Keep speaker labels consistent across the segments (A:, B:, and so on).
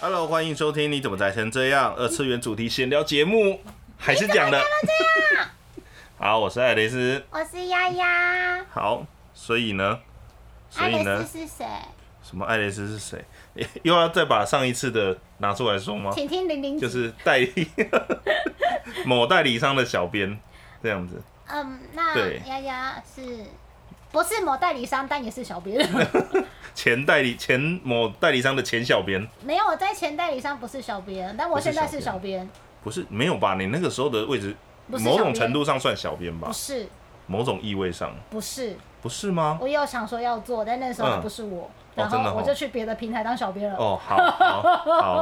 A: Hello，欢迎收听《你怎么宅成这样》二次元主题闲聊节目，还是讲的。好，我是艾雷斯。
B: 我是丫丫。
A: 好，所以呢，所
B: 爱
A: 以
B: 的
A: 呢，哦
B: 是是谁？
A: 什么艾雷斯是谁？ 又要再把上一次的拿出来说吗？
B: 请听零零
A: 就
B: 几。
A: 是代理 某代理商的小编这样子。
B: 嗯，那
A: 对
B: 丫丫是不是某代理商，但也是小编。
A: 前代理前某代理商的前小编，
B: 没有，我在前代理商不是小编，但我现在是小编，
A: 不是没有吧？你那个时候的位置，
B: 不是
A: 某
B: 小
A: 种
B: 编
A: 程度上算小编吧
B: 不，是
A: 某种意味上，
B: 不是，
A: 不是吗？
B: 我也有想说要做，但那时候还不是我，然
A: 真的
B: 后
A: 哦
B: 我就去别的平台当小编了。
A: 哦，好好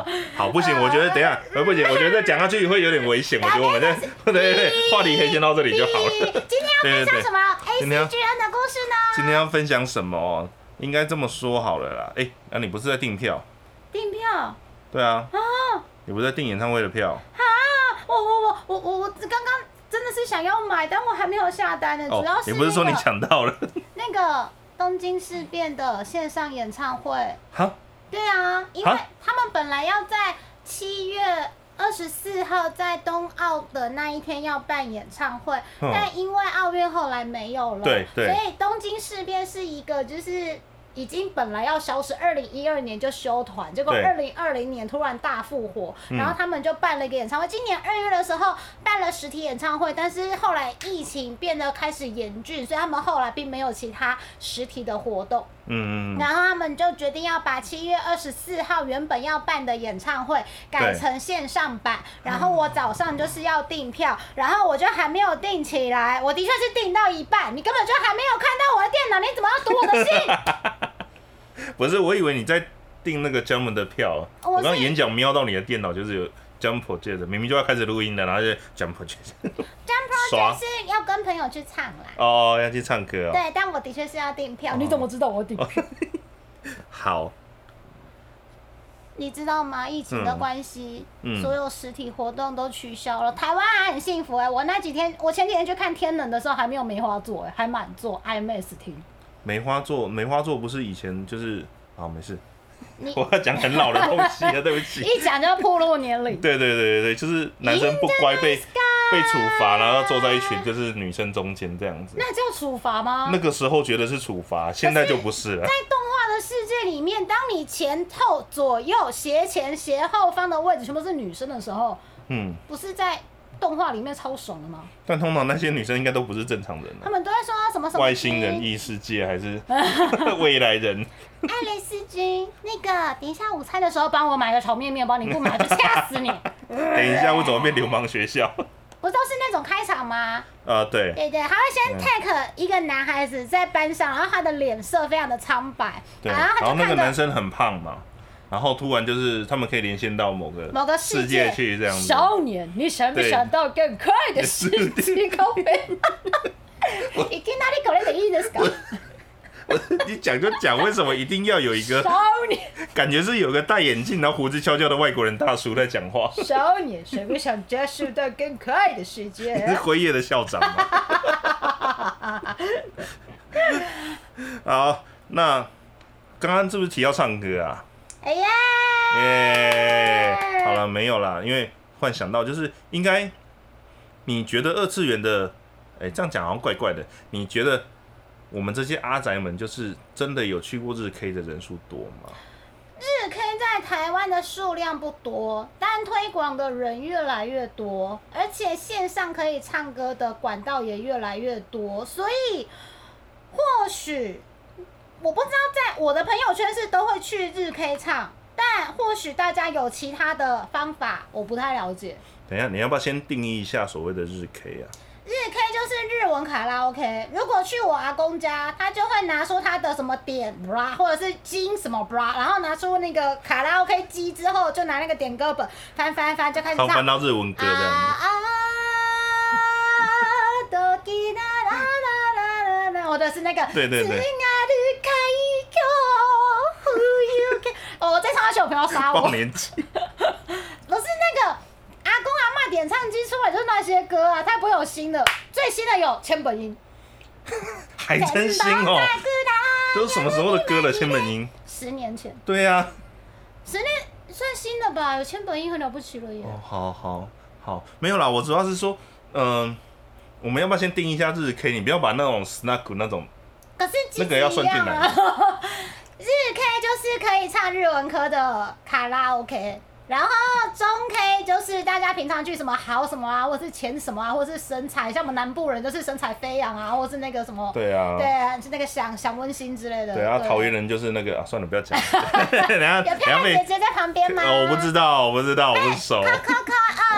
A: 好好，不行，我觉得等一下，呃，不行，我觉得再讲下去会有点危
B: 啊
A: 险，我觉得我们在 对对对，话题可以先到这里就好
B: 咦
A: 了。
B: 今天要分享什么
A: 今
B: A C
A: 天要
B: G N 的故事呢？
A: 今天要分享什么哦？应该这么说好了啦，哎，那你不是在订票？
B: 订票啊！
A: 对啊，你不是在订演唱会的票？
B: 我我我我我我刚刚真的是想要买，但我还没有下单呢。
A: 哦
B: 主要，是
A: 你不是说
B: 那
A: 你
B: 个
A: 抢到 了？
B: 那个东京事变的线上演唱会，
A: 哈，
B: 对啊，因为
A: 啊
B: 他们本来要在七月二十四号在冬奥的那一天要办演唱会，
A: 嗯
B: 但因为奥运后来没有了，
A: 对对
B: 所以东京事变是一个就是。已经本来要消失，二零一二年就休团，结果
A: 对
B: 二零二零年突然大复活，
A: 嗯
B: 然后他们就办了一个演唱会。今年二月的时候办了实体演唱会，但是后来疫情变得开始严峻，所以他们后来并没有其他实体的活动。
A: 嗯嗯嗯，
B: 然后他们就决定要把七月二十四号原本要办的演唱会改成线上版。
A: 嗯
B: 然后我早上就是要订票，然后我就还没有订起来。我的确是订到一半，你根本就还没有看到我的电脑，你怎么要读我 的信？
A: 嗯不是，我以为你在订那个 Jump 的票，
B: 哦我
A: 我刚
B: 是
A: 眼角瞄到你的电脑就是有 Jump Project，明明就要开始录音了，然后就 Jump Project，
B: 张
A: 刷
B: project 是要跟朋友去唱啦。
A: 哦，要去唱歌哦，
B: 对，但我的确是要订票。哦你怎么知道我订票？
A: 好，
B: 你知道吗？疫情的关系，
A: 嗯嗯
B: 所有实体活动都取消了。台湾还很幸福哎、我那几天，我前几天去看天冷的时候还没有梅花座哎、还满座，IMAX 厅。
A: 梅花座，梅花座不是以前就是啊，没事
B: 你，
A: 我要讲很老的东西啊，对不起。
B: 一讲就暴露年龄。
A: 对对对对对，就是男生不乖被被处罚，然后坐在一群就是女生中间这样子。
B: 那叫处罚吗？
A: 那个时候觉得是处罚，现在就不是了。
B: 在动画的世界里面，当你前后左右斜前斜后方的位置全部是女生的时候，
A: 嗯，
B: 不是在动画里面超爽的吗？
A: 但通常那些女生应该都不是正常人
B: 他
A: 了，
B: 们都在说什么什么
A: 外星人、
B: 君、
A: 异世界还是 未来人。
B: 爱丽丝君，那个等一下午餐的时候帮我买个炒面面包，你不买就掐 死你！
A: 等一下，为什么变流氓学校？
B: 不都是那种开场吗？
A: 啊，对，
B: 对对，他会先
A: 嗯
B: take 一个男孩子在班上，然后他的脸色非常的苍白，
A: 对，
B: 然后
A: 然
B: 啊他
A: 后
B: 就
A: 那个
B: 看
A: 男
B: 着
A: 生很胖嘛，然后突然就是他们可以连线到某个
B: 某个
A: 世
B: 界
A: 去这样子。
B: 少年，你想不想到更快的世界高 飞？你听到你搞的意思是 搞
A: 我 你讲就讲，为什么一定要有一个
B: 少年，
A: 感觉是有个戴眼镜然后胡子翘翘的外国人大叔在讲话？
B: 少年，谁不想接触到更快的 世界
A: 你是辉夜的校长吗？ 好，那刚刚是不是提到唱歌啊？
B: 哎呀，
A: 耶、好了，没有啦，因为忽然想到，就是应该，你觉得二次元的，哎、这样讲好像怪怪的。你觉得我们这些阿宅们，就是真的有去过日 K 的人数多吗？
B: 日 K 在台湾的数量不多，但推广的人越来越多，而且线上可以唱歌的管道也越来越多，所以或许我不知道，在我的朋友圈是都会去日 K 唱，但或许大家有其他的方法，我不太了解。
A: 等一下，你要不要先定义一下所谓的日 K 啊？
B: 日 K 就是日文卡拉 OK。如果去我阿公家，他就会拿出他的什么点 bra 或者是金什么 bra，然后拿出那个卡拉 OK 机之后，就拿那个点歌本翻翻翻，就开始
A: 翻翻
B: 唱。
A: 到日文歌
B: 啊
A: 这样子。
B: 啊，哆吉啦啦啦啦啦啦，或者是那个。
A: 对对对
B: 日开口忽悠开哦，我再唱下去，我朋友杀我
A: 报。年纪，
B: 不是那个阿公阿妈点唱机出来就是那些歌啊，它不会有新的，最新的有千本樱。
A: 还 真心 哦、
B: 都
A: 都是什么时候的歌了？千本樱。
B: 十年前，
A: 对呀、啊，
B: 十年日算新的吧，有千本樱很了不起了耶。
A: 哦，好好好，没有啦，我主要是说，嗯、我们要不要先定一下日 K？你不要把那种 snack 那种
B: 可是机
A: 那个要
B: 子一
A: 算进
B: 样
A: 来
B: 啊。 日 K 就是可以唱日文歌的卡拉 OK，然后中 K 就是大家平常去什么好什么啊，或是钱什么啊，或是身材，像我们南部人就是身材飞扬啊，或是那个什么，
A: 对啊，
B: 对，是那个想想温馨之类的。
A: 对啊，桃园人就是那个啊，算了，不 要讲，等下
B: 有
A: 等
B: 漂
A: 下
B: 亮
A: 被
B: 姐姐在旁边吗？哎
A: 哦，我不知道，我不知道，我不熟，
B: 可可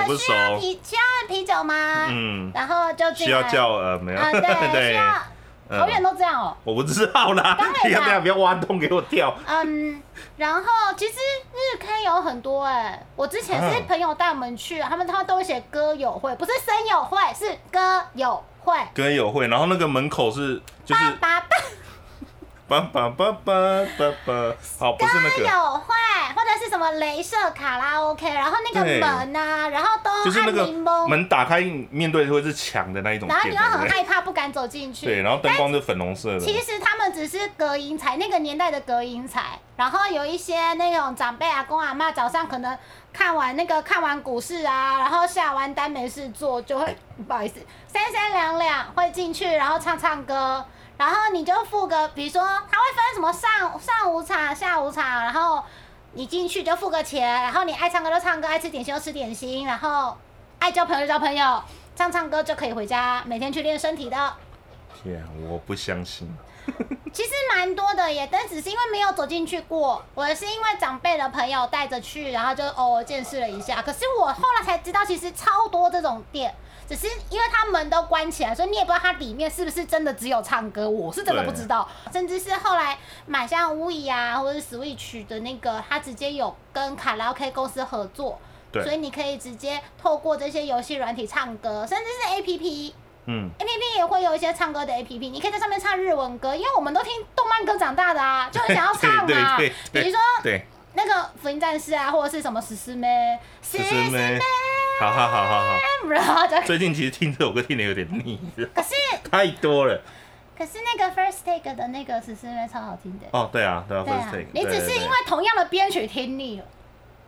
A: 我不熟
B: 呃，需要啤需要啤酒吗？
A: 嗯，
B: 然后就进
A: 需
B: 来
A: 要叫呃没有，
B: 啊，对，需
A: 对，
B: 要。
A: 嗯
B: 桃园都这样哦、
A: 我不知道啦
B: 当然啦，
A: 你要不要不要挖洞给我跳？
B: 嗯，然后其实日 K 有很多哎、我之前是
A: 嗯
B: 朋友带我们去，他们他们都会写歌友会，不是声友会，是歌友会。
A: 歌友会，然后那个门口是就是
B: 爸爸爸
A: 叭叭叭叭叭叭，好，不是那个，
B: 歌友会，或者是什么镭射卡拉 OK，然后那个
A: 对
B: 门呐、然后都
A: 就是那
B: 按
A: 个
B: 柠檬，啊
A: 门打开面对会是墙的那一种
B: 然后
A: 店，
B: 你又很
A: 对不对？
B: 害怕，不敢走进去。
A: 对，然后灯光是粉红色的，
B: 其实他们只是隔音材，那个年代的隔音材。然后有一些那种长辈阿啊公阿妈早上可能看完那个看完股市啊，然后下完单没事做，就会不好意思三三两两会进去，然后唱唱歌，然后你就付个，比如说他会分什么上上午场、下午场，然后你进去就付个钱，然后你爱唱歌就唱歌，爱吃点心就吃点心，然后爱交朋友就交朋友，唱唱歌就可以回家，每天去练身体的。
A: 天啊，我不相信，
B: 其实蛮多的耶，但只是因为没有走进去过，我是因为长辈的朋友带着去，然后就偶尔见识了一下。可是我后来才知道，其实超多这种店，只是因为他门都关起来，所以你也不知道它里面是不是真的只有唱歌，我是真的不知道。甚至是后来买像 w i 啊，或者是 Switch 的那个，它直接有跟卡拉 OK 公司合作，所以
A: 对，
B: 你可以直接透过这些游戏软体唱歌，甚至是 APP。
A: 嗯，
B: A P P 也会有一些唱歌的 A P P，你可以在上面唱日文歌，因为我们都听动漫歌长大 的啊，就很想要唱啊。
A: 对对对
B: 比如说
A: 对，
B: 那个福音战士啊，或者是什么十四妹，十
A: 就是呢，好好好好好，
B: 然后就
A: 最近其实听这首歌听的有点腻，
B: 可是
A: 太多了，
B: 可是那个 First Take 的那个十四妹超好听的。
A: 哦，对啊，对啊
B: 对
A: ，first
B: 啊
A: take，，
B: 你只
A: 对
B: 是
A: 对
B: 因为同样的编曲听腻了。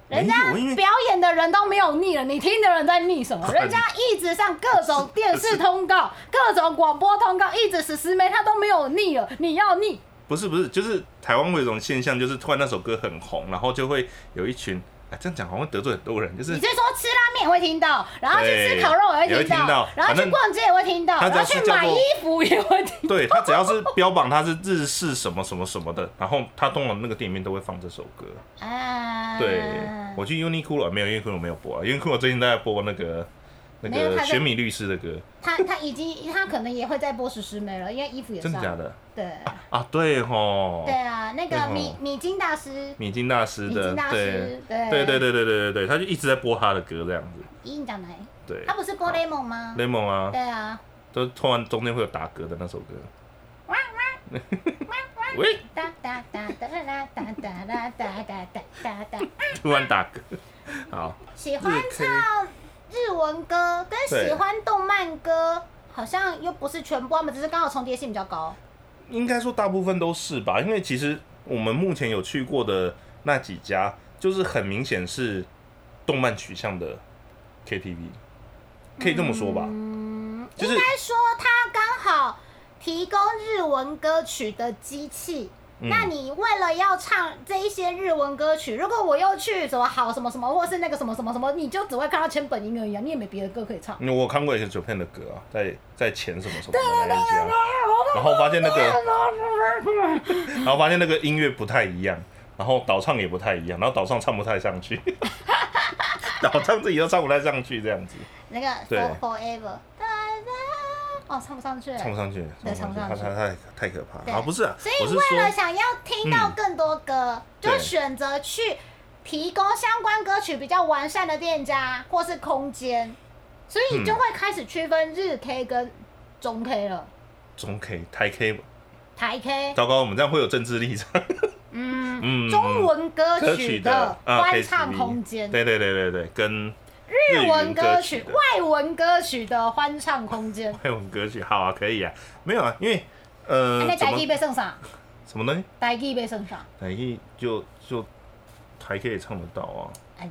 A: 没有
B: 人家
A: 因为
B: 表演的人都没有腻了，你听的人在腻 什么？人家一直上各种电视通告、各种广播通告，一直十四妹，他都没有腻了，你要腻。
A: 不是不是，就是台湾会有一种现象，就是突然那首歌很红，然后就会有一群，哎，这样讲好像得罪很多人，就是
B: 你是说吃拉面也会听到，然后去吃烤肉
A: 对
B: 也会
A: 也会听到
B: 然后
A: 反
B: 去
A: 正
B: 逛街也会听到，
A: 它
B: 然
A: 只
B: 后
A: 要
B: 去
A: 是叫
B: 买
A: 做
B: 衣服也会听。
A: 对他只要是标榜他是日式什么什么什么的，然后他通常那个店里面都会放这首歌。
B: 啊，
A: 对，我去 Uniqlo 没有 Uniqlo 没有播啊，Uniqlo 最近在播那个那
B: 没有他
A: 个
B: 在
A: 雪米律师的歌，
B: 他他已经他可能也会在播十十美了，因为衣服也
A: 真
B: 上
A: 的
B: 了。
A: 假的？
B: 对
A: 啊，对吼
B: 对，啊，那
A: 对
B: 个
A: 哦
B: 米米津大师，
A: 米津大师
B: 米
A: 的
B: 津，大
A: 对
B: 师，，
A: 对
B: 对
A: 对对对对对对，他就一直在播他的歌这样子，
B: 一讲来，
A: 对
B: 他不是播 Lemon 吗？
A: ，Lemon 啊，
B: 对啊，
A: 都突然中间会有打嗝的那首歌。喂，
B: 哒哒哒哒啦哒哒啦哒哒哒哒哒。
A: 突然打嗝，好，
B: 喜欢唱日文歌跟喜欢动漫歌，好像又不是全部，他们只是刚好重叠性比较高。
A: 应该说大部分都是吧，因为其实我们目前有去过的那几家，就是很明显是动漫取向的 KTV，可以这么说吧，
B: 嗯，
A: 就是
B: 应该说它刚好提供日文歌曲的机器。
A: 嗯
B: 那你为了要唱这一些日文歌曲，如果我又去什么好什么什么，或是那个什么什么什么，你就只会看到千本樱而已啊，你也没别的歌可以唱。
A: 因为我看过以前 Japan 的歌啊，在在前什么什么的那一家，然后发现 那
B: 哎
A: 个，然后发现那个音乐不太一样，然后导唱也不太一样，然后导唱唱不太上去， 导唱自己都唱不太上去这样子，
B: 那个 For
A: 对
B: Forever，哒哒哦，唱不上去。
A: 唱不上去，
B: 对
A: 唱不上
B: 唱不
A: 去，
B: 上
A: 他
B: 去
A: 他太太可怕
B: 对
A: 了啊！不是啊，
B: 所
A: 我
B: 以
A: 是
B: 为了
A: 说，嗯
B: 想要听到更多歌，就
A: 对
B: 选择去提供相关歌曲比较完善的店家或是空间，所
A: 嗯
B: 以你就会开始区分日 K 跟中 K 了，
A: 中 K 台 K，
B: 台 K，
A: 糟糕，我们这样会有政治立场。
B: 嗯，
A: 嗯，
B: 中文歌
A: 歌
B: 曲
A: 曲
B: 的
A: 啊
B: 欢
A: KTV
B: 唱空间，
A: 对对对对对，跟
B: 日文
A: 语
B: 歌
A: 歌
B: 曲、
A: 的
B: 外文歌曲的欢唱空间。
A: 外文歌曲，好啊，可以啊，没有啊，因为呃
B: 啊，那，
A: 怎
B: 台
A: 么
B: 语被送上，
A: 什么东西？
B: 台语被送上，
A: 台语就就台 K 也唱得到啊
B: 哎，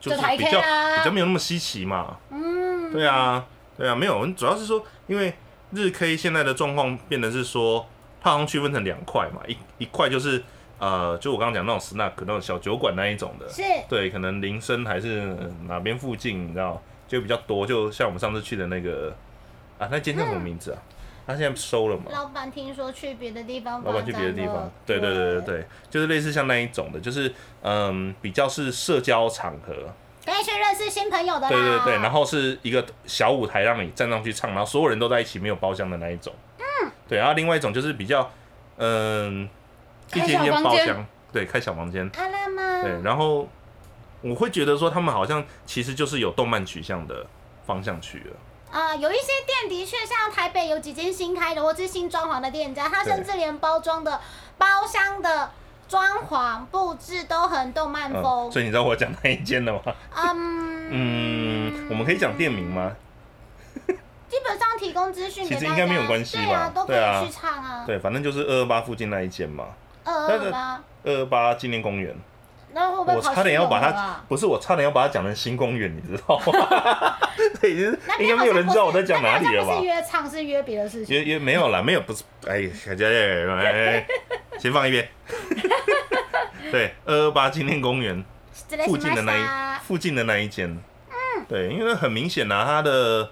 A: 就是
B: 就台
A: 比
B: K
A: 较
B: 啦
A: 比较没有那么稀奇嘛。
B: 嗯，
A: 对啊，对啊，没有，主要是说，因为日 K 现在的状况变得是说，它好像区分成两块嘛，一一块就是呃，就我刚刚讲那种 snack 那种小酒馆那一种的，
B: 是
A: 对，可能林森还是呃哪边附近，你知道就比较多，就像我们上次去的那个啊，那间叫什么名字啊？他现在收了嘛？
B: 老板听说去别的地方发
A: 老板
B: 展了，
A: 去别的地
B: 哦
A: 方，对对对对对，就是类似像那一种的，就是嗯，比较是社交场合，
B: 可以去认识新朋友的啦。
A: 对对对，然后是一个小舞台让你站上去唱，然后所有人都在一起，没有包厢的那一种。嗯，对，然后另外一种就是比较，嗯，一
C: 开
A: 间
C: 小
A: 间
C: 房
A: 包
C: 间
A: 厢，对，开小房间，
B: 阿拉吗？
A: 对，然后我会觉得说他们好像其实就是有动漫取向的方向去了。
B: 啊、有一些店的确像台北有几间新开的或是新装潢的店家，它
A: 对
B: 甚至连包装的包厢的装潢布置都很动漫
A: 嗯，
B: 风。
A: 所以你知道我讲哪一间了吗？
B: 嗯，
A: 嗯，我们可以讲店名吗？
B: 基本上提供资讯
A: 其
B: 给大
A: 实
B: 家，
A: 应该没有关系
B: 对啊
A: 吧，
B: 都可
A: 对啊
B: 以去唱啊。
A: 对，反正就是二二八附近那一间嘛，
B: 二
A: 但
B: 二
A: 是
B: 八，
A: 二二八纪念公园。
B: 那会不会
A: 我
B: 跑
A: 差点要把
B: 去游
A: 它
B: 啊，
A: 不是我差点要把它讲成新公园，你知道吗？这已经是
B: 那边
A: 应该没有人知道我在讲哪
B: 好像
A: 里了
B: 不是
A: 吧？
B: 约唱，是约别的事情。
A: 也也没有啦，没有，不是，哎，哎哎哎哎，先放一边。对，二二八纪念公园
B: 这个是
A: 附近的那
B: 玛
A: 一
B: 莎
A: 附近的那一间，对，因为很明显啊，它的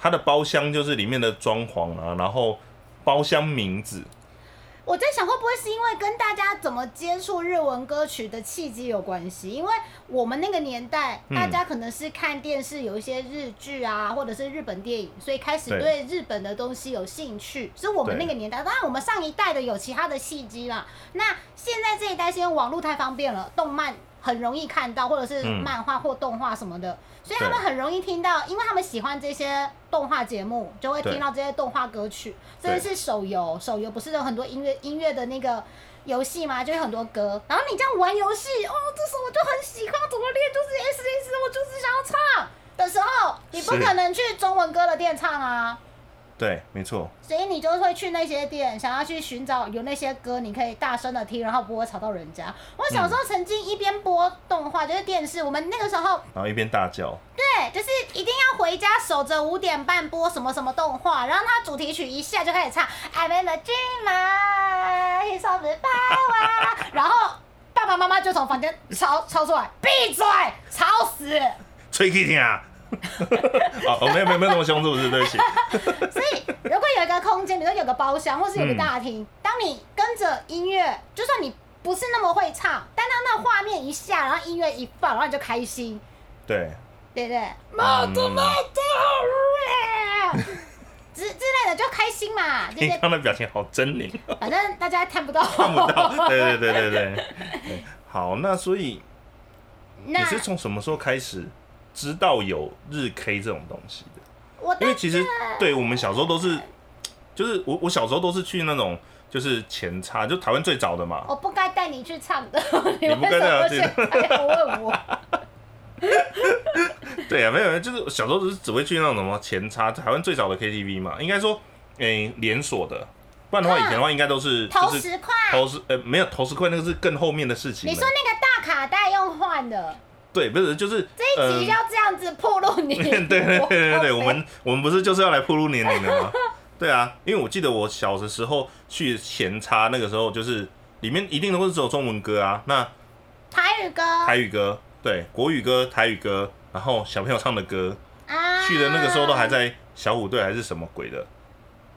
A: 它的包厢就是里面的装潢啊，然后包厢名字，
B: 我在想，会不会是因为跟大家怎么接触日文歌曲的契机有关系？因为我们那个年代，
A: 嗯
B: 大家可能是看电视，有一些日剧啊，或者是日本电影，所以开始
A: 对
B: 对日本的东西有兴趣。是我们那个年代，当然我们上一代的有其他的契机啦。那现在这一代是因为网络太方便了，动漫很容易看到，或者是
A: 嗯
B: 漫画或动画什么的，所以
A: 对
B: 他们很容易听到，因为他们喜欢这些动画节目，就会
A: 对
B: 听到这些动画歌曲。
A: 对
B: 甚至是手游，手游不是有很多音乐音乐的那个游戏吗？就有很多歌，然后你这样玩游戏，哦，这首我就很喜欢，怎么练就是 S S，我就是想要唱的时候，你不
A: 是
B: 可能去中文歌的店唱啊，
A: 对，没错，
B: 所以你就会去那些店，想要去寻找有那些歌你可以大声的听，然后不会吵到人家。我小时候曾经一边播动画，就是电视，我们那个时候
A: 然后一边大叫，
B: 对，就是一定要回家守着五点半播什么什么动画，然后它主题曲一下就开始唱 I'm in a dreamer, he's on the power，然 后爸爸妈妈就从房间抄抄出来，闭嘴，吵死！
A: 吹气听 啊！哦，哦没有没有没有那么凶，是不是？对不起。
B: 所以如果有一个空间，比如说有个包厢或是有个大厅，当你跟着音乐，就算你不是那么会唱，但当那画面一下，然后音乐一放，然后你就开心，
A: 对，
B: 对不对？
C: 马德马
B: 之之类的就开心嘛，这
A: 你
B: 些
A: 刚的表情好狰 狞，
B: 反正大家看不到，
A: 看不到。对对对对 对对，好，那所以
B: 那
A: 你是从什么时候开始知道有日 K 这种东西的？
B: 我
A: 因
B: 的
A: 为其实对我们小时候都是，就是我我小时候都是去那种就是前叉，就台湾最早的嘛。
B: 我不该带你去唱的，你
A: 你不该带我
B: 为
A: 去
B: 什么现在要问我？
A: 对啊，没有，就是小时候只是只会去那种什么前叉，台湾最早的 KTV 嘛，应该说，诶、连锁的，不然的话以前的话应该都是
B: 投
A: 就是
B: 十块，
A: 投十呃没有投十块那个是更后面的事情了。
B: 你说那个大卡带用换的，
A: 对，不是就是
B: 这一
A: 呃。
B: 集要这样子破露你
A: 对对对对对，我们我们不是就是要来铺路年龄 的吗？对啊，因为我记得我小的时候去前插，那个时候就是里面一定都是只有中文歌啊，那
B: 台语歌
A: 台语歌、对国语歌、台语歌，然后小朋友唱的歌，
B: 啊，
A: 去的那个时候都还在小虎队还是什么鬼的，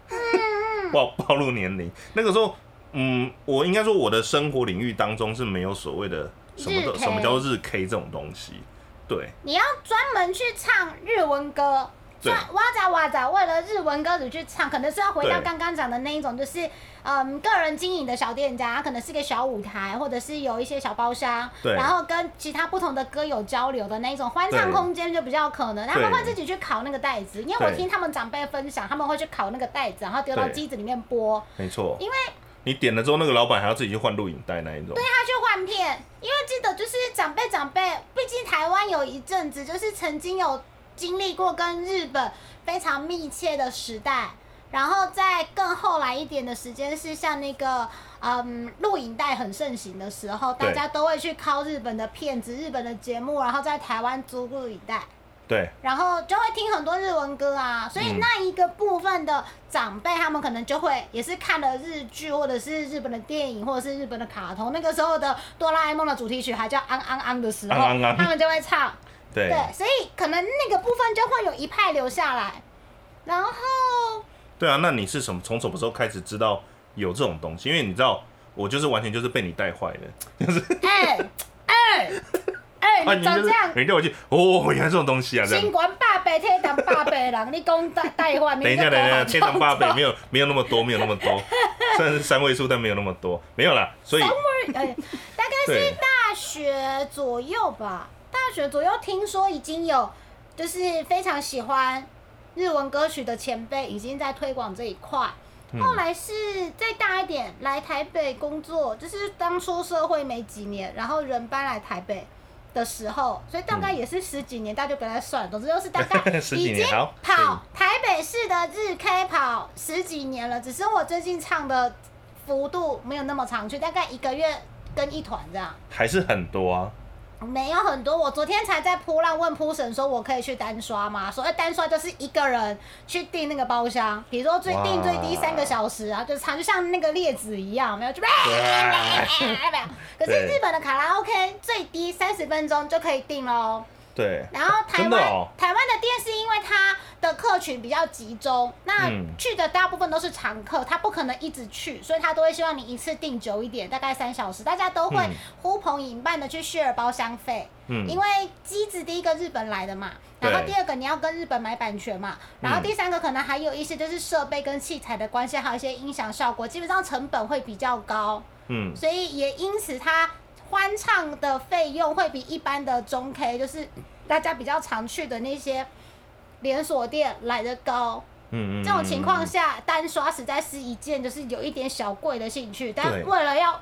B: 嗯
A: 暴暴露年龄。那个时候，嗯，我应该说我的生活领域当中是没有所谓的什么
B: 日
A: 的
B: K
A: 什么叫日 K 这种东西，对。
B: 你要专门去唱日文歌，
A: 对
B: 专哇咋哇咋，为了日文歌你去唱，可能是要回到
A: 对
B: 刚刚讲的那一种，就是嗯，个人经营的小店家，它可能是个小舞台，或者是有一些小包厢，
A: 对
B: 然后跟其他不同的歌友交流的那一种欢唱
A: 对
B: 空间就比较可能，他们会自己去烤那个袋子，因为我
A: 对
B: 听他们长辈分享，他们会去烤那个袋子，然后丢到
A: 对
B: 机子里面剥，
A: 没错，
B: 因为啊
A: 你点了之后，那个老板还要自己去换录影带那一种。
B: 带他去换片，因为记得就是长辈长辈，毕竟台湾有一阵子就是曾经有经历过跟日本非常密切的时代，然后在更后来一点的时间是像那个嗯录影带很盛行的时候，
A: 对
B: 大家都会去拷日本的片子、日本的节目，然后在台湾租录影带。
A: 对，
B: 然后就会听很多日文歌啊，所以
A: 嗯
B: 那一个部分的长辈，他们可能就会也是看了日剧，或者是日本的电影，或者是日本的卡通。那个时候的哆啦 A 梦的主题曲还叫“昂昂昂”的时候，
A: 昂昂昂
B: 他们就会唱。
A: 对，
B: 对，所以可能那个部分就会有一派留下来。然后
A: 对啊，那你是什么？从什么时候开始知道有这种东西？因为你知道，我就是完全就是被你带坏的。
B: 哎哎哎，你
A: 啊你就
B: 长
A: 是
B: 这样，
A: 人家我去，哦，原来这种东西啊，这
B: 新
A: 样。
B: 冠八百天堂八百人，你讲带带话，你
A: 等一下，
B: 就
A: 等一下，
B: 搞
A: 天堂
B: 错
A: 八北没有没有那么多，没有那么 多，虽然是三位数，但没有那么多，没有啦。所以
B: 哎，大概是
A: 对
B: 大学左右吧，大学左右听说已经有，就是非常喜欢日文歌曲的前辈已经在推广这一块。
A: 嗯
B: 后来是再大一点，来台北工作，就是当出社会没几年，然后人搬来台北的时候，所以大概也是十几年，大家就不要再算了。总之就是大概
A: 十
B: 已
A: 几
B: 经
A: 年好
B: 跑台北市的日 K 跑十几年了，只是我最近唱的幅度没有那么常去，大概一个月跟一团这样。
A: 还是很多啊。
B: 没有很多，我昨天才在扑浪问扑神说，我可以去单刷吗？所谓单刷就是一个人去订那个包厢，比如说最
A: 哇
B: 订最低三个小时啊，就长就像那个列子一样，没有就哎可是
A: 对
B: 日本的卡拉 OK 最低三十分钟就可以订喽。
A: 对，
B: 然后台
A: 真
B: 湾、
A: 的哦
B: 台湾的店是因为它的客群比较集中，那
A: 嗯
B: 去的大部分都是常客，他不可能一直去，所以他都会希望你一次订久一点，大概三小时，大家都会
A: 嗯
B: 呼朋引伴的去 share 包厢费。
A: 嗯，
B: 因为机子第一个日本来的嘛，然后
A: 对嗯
B: 第二个你要跟日本买版权嘛，然后第三个可能还有一些就是设备跟器材的关系，还有一些音响效果，基本上成本会比较高，
A: 嗯，
B: 所以也因此它欢唱的费用会比一般的中 K，就是大家比较常去的那些连锁店来的高。
A: 嗯嗯，
B: 这种情况下，单刷实在是一件就是有一点小贵的兴趣，但
A: 对
B: 为了要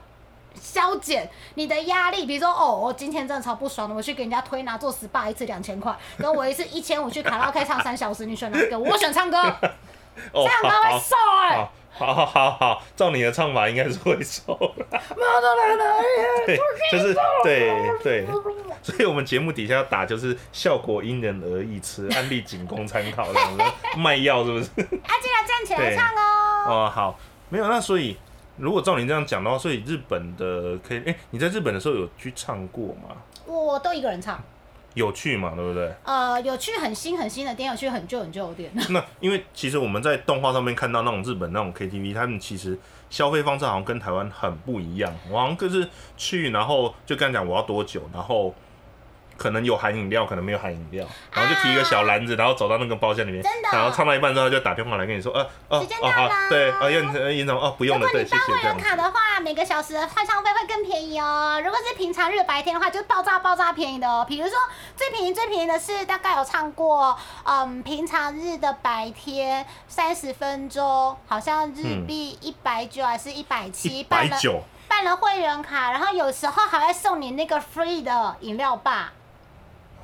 B: 消减你的压力，比如说哦，我今天真的超不爽的，我去给人家推拿做 SPA 一次两千块，跟我一次一千五去卡拉 OK 唱三小时，你选哪一个？我 选唱歌，
A: 哦，
B: 唱歌会
A: 好
B: 瘦哎、
A: 好好好好好，照你的唱法应该是会瘦啦。
B: 哎
A: 对，就是对哎对，
B: 啊
A: 所以我们节目底下要打就是效果因人而异，吃案例仅供参考，这样子卖药是不是？
B: 啊，记得站起来
A: 对
B: 唱哦。
A: 哦，好，没有，那所以如果照你这样讲的话，所以日本的可以，哎、你在日本的时候有去唱过吗？
B: 我都一个人唱，
A: 有去嘛，对不对？
B: 呃，有去很新很新的店，有去很旧很旧的店。
A: 那因为其实我们在动画上面看到那种日本那种 KTV，他们其实消费方式好像跟台湾很不一样。我好像就是去，然后就跟他讲我要多久，然后可能有含饮料，可能没有含饮料，然后就提一个小篮子，然后走到那个包厢里面
B: 啊真的，
A: 然后唱到一半之后他就打电话来跟你说，呃呃
B: 时间
A: 哦
B: 到
A: 好
B: 啦，
A: 对，呃院呃院长哦不
B: 如
A: 用了
B: 果，
A: 对，
B: 你
A: 谢
B: 办
A: 谢
B: 会
A: 这
B: 员
A: 样子。
B: 卡的话，每个小时的换唱费会更便宜哦。如果是平常日白天的话，就爆炸爆炸便宜的哦。比如说最便宜最便宜的是大概有唱过，嗯，平常日的白天三十分钟，好像日币一百九还是一
A: 嗯
B: 百
A: 一
B: 七，
A: 百
B: 办了
A: 九，
B: 办了会员卡，然后有时候还会送你那个 free 的饮料吧。
A: 啊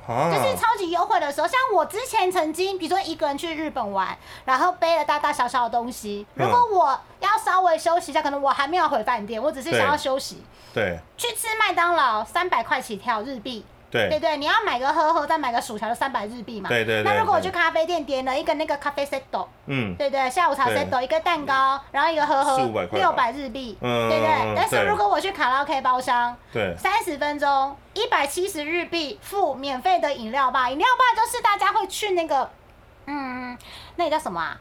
B: 就是超级优惠的时候，像我之前曾经，比如说一个人去日本玩，然后背了大大小小的东西，
A: 嗯
B: 如果我要稍微休息一下，可能我还没有回饭店，我只是想要
A: 对
B: 休息，
A: 对
B: 去吃麦当劳三百块起跳日币，对
A: 对
B: 对，你要买个喝喝，再买个薯条就三百日币嘛。
A: 对对对
B: 那如果我
A: 对
B: 去咖啡店点了一个那个咖啡 set，
A: 嗯
B: 对对，下午茶
A: 对
B: set 一个蛋糕，然后一个喝喝，
A: 400块
B: 六
A: 吧
B: 百日币，
A: 嗯
B: 对对。但是
A: 对
B: 如果我去卡拉 OK 包厢，
A: 对
B: 三十分钟，一百七十日币付免费的饮料吧。饮料吧就是大家会去那个，嗯，那个叫什么啊？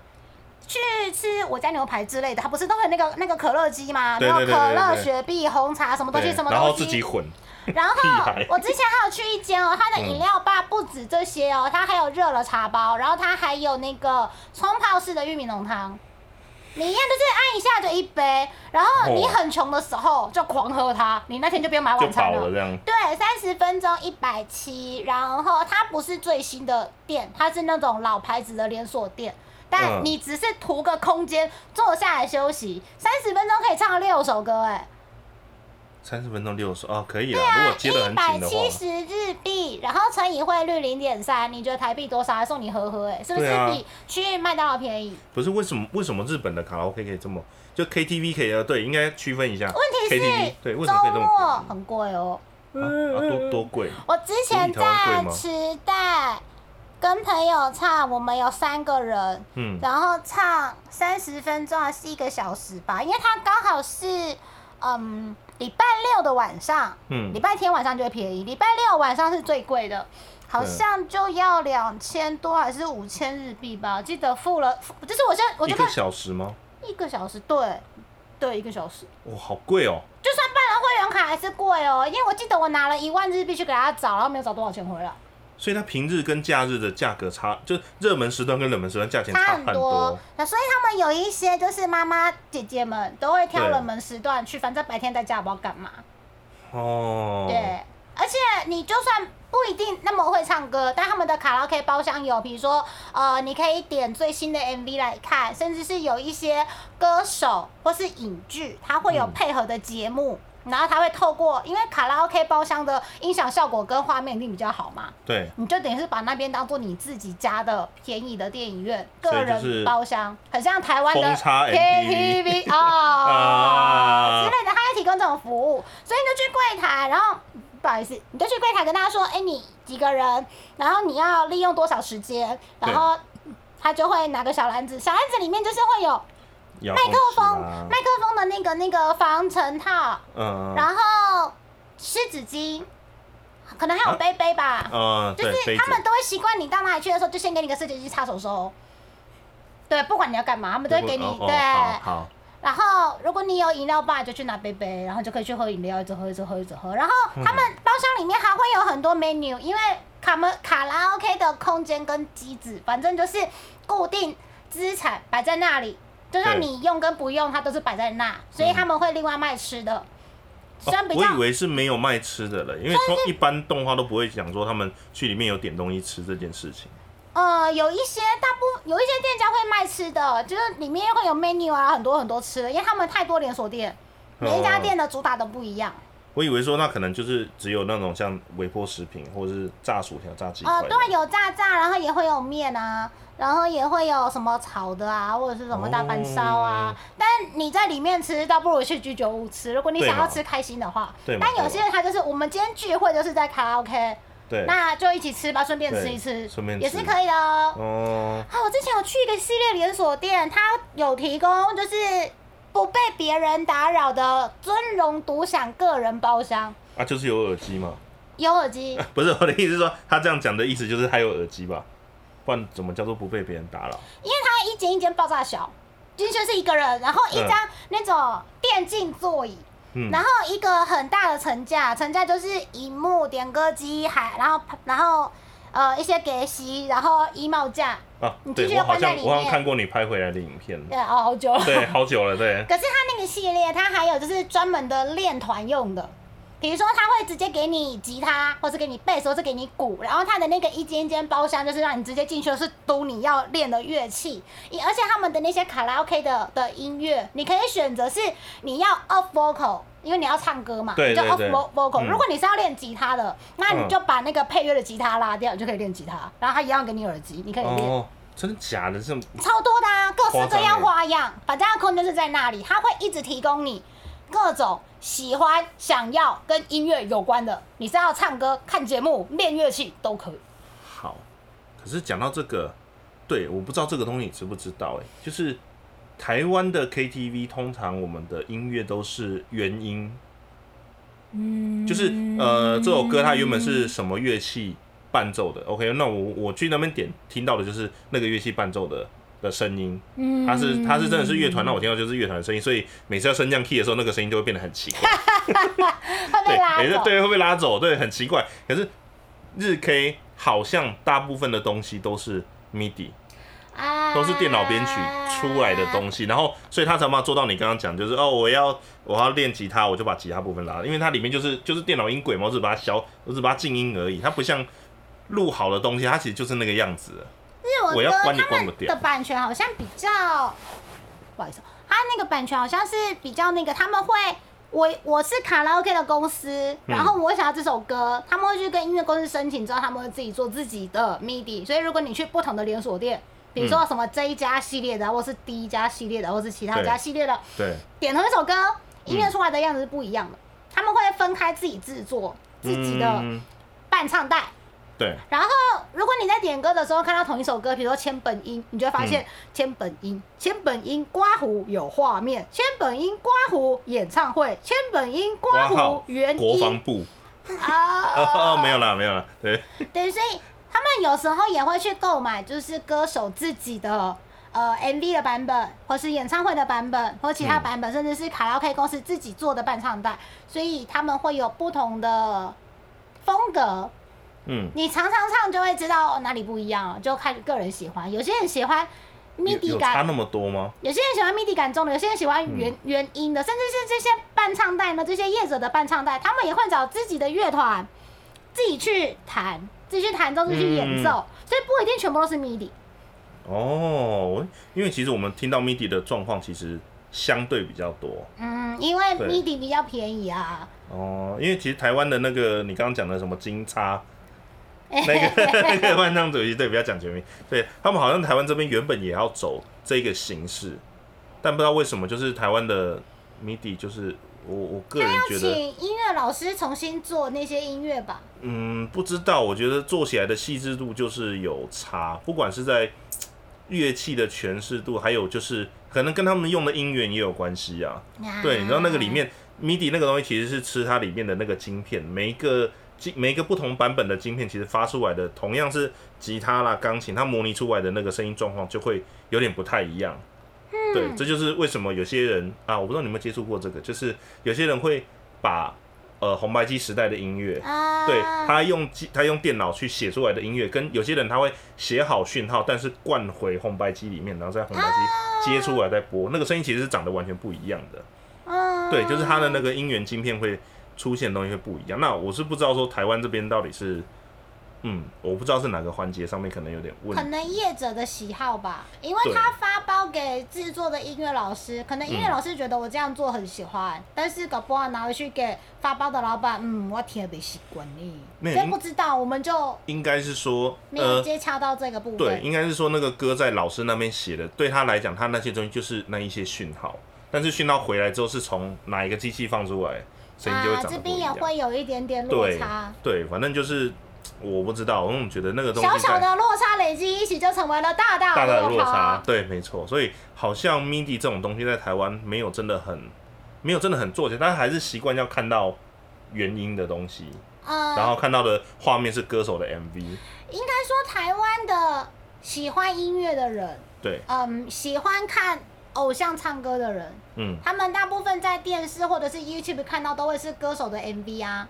B: 去吃我家牛排之类的，它不是都会有那个那个可乐机吗？
A: 对
B: 然后
A: 对
B: 可
A: 对对
B: 乐、
A: 对
B: 雪碧、红茶什么东西
A: 对
B: 什么
A: 然后
B: 东
A: 自己
B: 西。
A: 混，
B: 然后
A: 屁孩
B: 我之前还有去一间哦，它的饮料吧不止这些哦，它还有热了茶包，然后它还有那个冲泡式的玉米浓汤。你一样就是按一下就一杯，然后你
A: 哦
B: 很穷的时候就狂喝它，你那天就不用买
A: 就
B: 晚餐
A: 饱
B: 了
A: 了。这样。
B: 对，三十分钟一百七，然后它不是最新的店，它是那种老牌子的连锁店。但
A: 嗯
B: 你只是图个空间，坐下来休息，三十分钟可以唱六首歌、哎，
A: 三十分钟六十哦，可以啦。如果接的
B: 啊一
A: 很
B: 百
A: 紧的话，
B: 七十日币，然后乘以汇率零点三，你觉得台币多少？还送你盒盒、哎，是不是
A: 对啊
B: 比去麦当劳便宜？
A: 不是为什么为什么日本的卡拉 OK 可以这么就 KTV 可以呃对，应该区分一下。
B: 问题
A: KTV 对为
B: 是
A: 什么可以
B: 周
A: 这
B: 末
A: 么
B: 很贵哦、
A: 便宜啊啊
B: 嗯
A: 多多贵？
B: 我之前在池袋跟朋友唱，我们有三个人，
A: 嗯，
B: 然后唱三十分钟还是一个小时吧，因为它刚好是嗯礼拜六的晚上，
A: 嗯
B: 礼拜天晚上就会便宜，礼拜六晚上是最贵的，好像就要两千多还是五千日币吧，我记得付了，付就是我现在我
A: 一
B: 就
A: 个
B: 看
A: 小时吗？
B: 一个小时，对对，一个小时。
A: 哇，好贵哦！
B: 就算办了会员卡还是贵哦，因为我记得我拿了一万日币去给他找，然后没有找多少钱回来。
A: 所以它平日跟假日的价格差，就热门时段跟冷门时段价钱
B: 差
A: 差
B: 很
A: 很多
B: 多。。那所以他们有一些就是妈妈姐姐们都会挑
A: 对
B: 冷门时段去，反正白天在家不知道干嘛。
A: 哦，
B: 对，而且你就算不一定那么会唱歌，但他们的卡拉 OK 包厢有，比如说呃，你可以点最新的 MV 来看，甚至是有一些歌手或是影剧，它会有
A: 嗯
B: 配合的节目。然后它会透过，因为卡拉 OK 包厢的音响效果跟画面一定比较好嘛，
A: 对
B: 你就等于是把那边当做你自己家的便宜的电影院、
A: 所以
B: 个
A: 就是
B: 人包厢，很像台湾的
A: 风叉
B: KTV 啊
A: 啊
B: 之类的，它也提供这种服务，所以你就去柜台，然后不好意思，你就去柜台跟他说，哎，你几个人，然后你要利用多少时间，然后他就会拿个小篮子，小篮子里面就是会有
A: 麦
B: 麦克风，麦克风的那个那个防尘套，
A: 啊嗯
B: 然后湿纸巾，可能还有
A: 啊
B: 杯杯吧。
A: 嗯，
B: 就
A: 对，
B: 是
A: 杯
B: 他
A: 子
B: 们都会习惯你到哪里去的时候，就先给你个设计机擦手手。对，不管你要干嘛，他们都会给你、
A: 哦哦
B: 对。
A: 好好，
B: 然后如果你有饮料吧，就去拿杯杯，然后就可以去喝饮料，一直喝，一直喝，一直喝。然后他们包厢里面还会有很多 menu，因为卡门卡拉 OK 的空间跟机制，反正就是固定资产摆在那里，就
A: 对
B: 算
A: 嗯
B: 你用跟不用，它都是摆在那，所以他们会另外卖吃的。虽然
A: 哦
B: 比
A: 我
B: 较
A: 以为是没有卖吃的了，因为通一般动画都不会讲说他们去里面有点东西吃这件事情。
B: 呃，有一些大部有一些店家会卖吃的，就是里面会有 menu 啊，很多很多吃的，因为他们太多连锁店，
A: 哦
B: 每一家店的主打都不一样。
A: 我以为说那可能就是只有那种像微波食品或者是炸薯条、炸鸡块
B: 呃，
A: 的。
B: 对，有炸炸，然后也会有面啊，然后也会有什么炒的啊，或者是什么大阪烧啊。
A: 哦
B: 但你在里面吃，倒不如去居酒屋吃。如果你
A: 对
B: 想要
A: 嘛
B: 吃开心的话，
A: 对嘛
B: 但有
A: 对
B: 些人他就是我们今天聚会就是在卡拉 OK，
A: 对
B: 那就一起吃吧，顺便
A: 对
B: 吃一吃，
A: 顺便
B: 也
A: 吃
B: 是可以的哦。
A: 哦，
B: 啊，我之前有去一个系列连锁店，它有提供就是不被别人打扰的尊荣独享个人包厢，
A: 啊，就是有耳机嘛？
B: 有耳机。
A: 不是我的意思是说，他这样讲的意思就是他有耳机吧？不然怎么叫做不被别人打扰？
B: 因为它一间一间爆炸小，进去是一个人，然后一张那种电竞座椅，
A: 嗯
B: 然后一个很大的层架，层架就是荧幕、点歌机，还然后然后呃一些给席，然后衣帽架，
A: 啊
B: 你，
A: 对
B: 进去
A: 我
B: 要
A: 好
B: 关在
A: 像
B: 里
A: 我好像
B: 面
A: 看过你拍回来的影片，
B: 对啊，哦好久了。
A: 对，好久了， 对，
B: 可是它那个系列，它还有就是专门的练团用的，比如说它会直接给你吉他，或是给你贝斯，或是给你鼓，然后它的那个一间一间包厢就是让你直接进去的是读你要练的乐器，也而且他们的那些卡拉 OK 的的音乐，你可以选择是你要 off vocal。因为你要唱歌嘛，
A: 对
B: 你就
A: 对
B: off
A: 对
B: vo- vocal、
A: 嗯
B: 如果你是要练吉他的，那你
A: 嗯
B: 就把那个配乐的吉他拉掉，你就可以练吉他。然后他一样给你耳机，你可以练。
A: 哦，真的假的？这种
B: 超多的啊，各式各样
A: 夸张欸
B: 花样，反正它的空间是在那里，它会一直提供你各种喜欢、想要跟音乐有关的，你是要唱歌、看节目、练乐器都可以。
A: 好，可是讲到这个，对，我不知道这个东西你知不知道、欸？哎，就是台湾的 KTV 通常我们的音乐都是原音，
B: 嗯
A: 就是呃这首歌它原本是什么乐器伴奏的？OK，那我我去那边点听到的就是那个乐器伴奏的的声音，它是它是真的是乐团，那我听到就是乐团的声音，所以每次要升降 key 的时候，那个声音就会变得很奇怪。
B: 会被拉
A: 每次
B: 走。
A: 对会被拉走，对，很奇怪。可是日 K 好像大部分的东西都是 MIDI，
B: 啊
A: 都是电脑编曲出来的东西，然后所以他才办法做到你刚刚讲，就是哦，我要我要练吉他，我就把吉他部分拉，因为它里面就是就是电脑音轨嘛，我只把它消，我只把它静音而已，它不像录好的东西，它其实就是那个样子的。
B: 日
A: 我
B: 文
A: 要
B: 歌
A: 关你
B: 他
A: 关
B: 们
A: 不掉
B: 的版权好像比较，不好意思，他那个版权好像是比较那个，他们会我我是卡拉 OK 的公司，然后我想要这首歌，他们会去跟音乐公司申请，之后他们会自己做自己的 MIDI。所以如果你去不同的连锁店，比如说什么这一家系列的啊，或是第一家系列的啊，或是其他家
A: 对
B: 系列的，
A: 对，
B: 点同一首歌，音乐出来的样子是不一样的。他们会分开自己制作自己的
A: 嗯
B: 伴唱带，
A: 对，
B: 然后，如果你在点歌的时候看到同一首歌，比如说千本樱，你就会发
A: 嗯
B: 现千本樱、千本樱刮胡有画面，千本樱刮胡演唱会，千本樱刮
A: 挂
B: 胡
A: 号
B: 原
A: 国防
B: 因
A: 部 哦，
B: 啊，
A: 没有啦，没有啦，对，
B: 对，所以他们有时候也会去购买，就是歌手自己的呃 MV 的版本，或是演唱会的版本，或其他版本，甚至是卡拉 OK 公司自己做的伴唱带，所以他们会有不同的风格。
A: 嗯，
B: 你常常唱就会知道哪里不一样哦，就看个人喜欢。有些人喜欢
A: 有有
B: MIDI
A: 差
B: 感，
A: 那么多吗？
B: 有些人喜欢 MIDI 感重的，有些人喜欢原、原音的，甚至是这些伴唱带呢，这些业者的伴唱带，他们也会找自己的乐团自己去弹，自己去弹奏，自己去演奏，
A: 嗯
B: 所以不一定全部都是 MIDI。
A: 哦，我因为其实我们听到 MIDI 的状况其实相对比较多
B: 嗯，因为
A: 对
B: MIDI 比较便宜啊。
A: 哦，因为其实台湾的那个你刚刚讲的什么金叉。 那个那个万丈主义对，不要讲全名，对他们好像台湾这边原本也要走这个形式，但不知道为什么，就是台湾的 MIDI 就是我我个人觉
B: 请
A: 得，
B: 音乐老师重新做那些音乐吧。
A: 嗯，不知道，我觉得做起来的细致度就是有差，不管是在乐器的诠释度，还有就是可能跟他们用的音源也有关系啊。
B: 嗯
A: 对，你知道那个里面 MIDI 那个东西其实是吃它里面的那个晶片，每一个晶每一个不同版本的晶片，其实发出来的同样是吉他啦、钢琴，它模拟出来的那个声音状况就会有点不太一样。对，这就是为什么有些人啊，我不知道你有没有接触过这个，就是有些人会把呃红白机时代的音乐，
B: 啊，
A: 对他用机他用电脑去写出来的音乐，跟有些人他会写好讯号，但是灌回红白机里面，然后在红白机接出来再播，那个声音其实是长得完全不一样的。
B: 嗯
A: 对，就是它的那个音源晶片会出现的东西会不一样。那我是不知道说台湾这边到底是，嗯，我不知道是哪个环节上面可能有点问
B: 可
A: 题。
B: 能业者的喜好吧，因为
A: 对
B: 他发包给制作的音乐老师，可能音乐老师觉得我这样做很喜欢，
A: 嗯
B: 但是搞不好拿回去给发包的老板，嗯，我听不习惯你，
A: 没有
B: 这
A: 因
B: 不知道，我们就
A: 应该是说，
B: 没有
A: 呃，
B: 接洽到这个部
A: 对，
B: 分。
A: 应该是说那个歌在老师那边写的，对他来讲，他那些东西就是那一些讯号，但是讯号回来之后是从哪一个机器放出来，声音就会
B: 啊，
A: 长
B: 这
A: 得不
B: 边
A: 一
B: 也
A: 样。
B: 会有一点点落
A: 对
B: 差，
A: 对，反正就是我不知道，我总觉得那个东西
B: 小小
A: 在
B: 的落差累积一起就成为了大
A: 大
B: 大
A: 大的
B: 的
A: 落差
B: 差。，
A: 对，没错。所以好像 MIDI 这种东西在台湾没有真的很，没有真的很做起来，大家还是习惯要看到原音的东西，
B: 嗯，
A: 然后看到的画面是歌手的 MV，
B: 应该说台湾的喜欢音乐的人，
A: 对，
B: 嗯，喜欢看偶像唱歌的人，
A: 嗯，
B: 他们大部分在电视或者是 YouTube 看到都会是歌手的 MV 啊，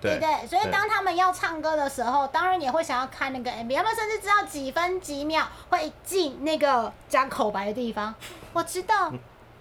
A: 对
B: 不对？所以
A: 对
B: 当他们要唱歌的时候，当然也会想要看那个 MV，他们甚至知道几分几秒会进那个讲口白的地方。 我知道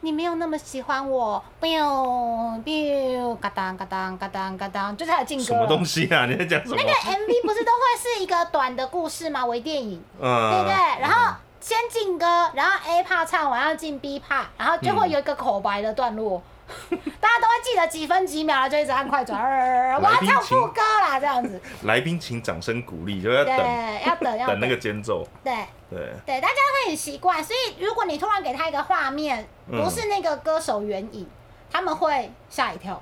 B: 你没有那么喜欢我，biu biu，嘎当嘎当嘎当嘎当，就开始进
A: 什
B: 歌
A: 么
B: 了。
A: 东西啊？ 你在讲什么？
B: MV 不是都会是一个短的故事吗？微电影。
A: 嗯，
B: 对不对？然后先进歌，然后 A part 唱完要进 B part，然后就会有一个口白的段落，
A: 嗯
B: 大家都会记得几分几秒，然后就一直按快
A: 啊
B: 转，呃我
A: 来
B: 要
A: 宾
B: 唱
A: 请
B: 副歌啦，这样 子。
A: 来宾请掌声鼓励，就要等
B: 对，要等要
A: 等那个间奏，
B: 对
A: 对，
B: 对，大家会很习惯，所以如果你突然给他一个画面，
A: 嗯
B: 不是那个歌手原影，他们会吓一跳。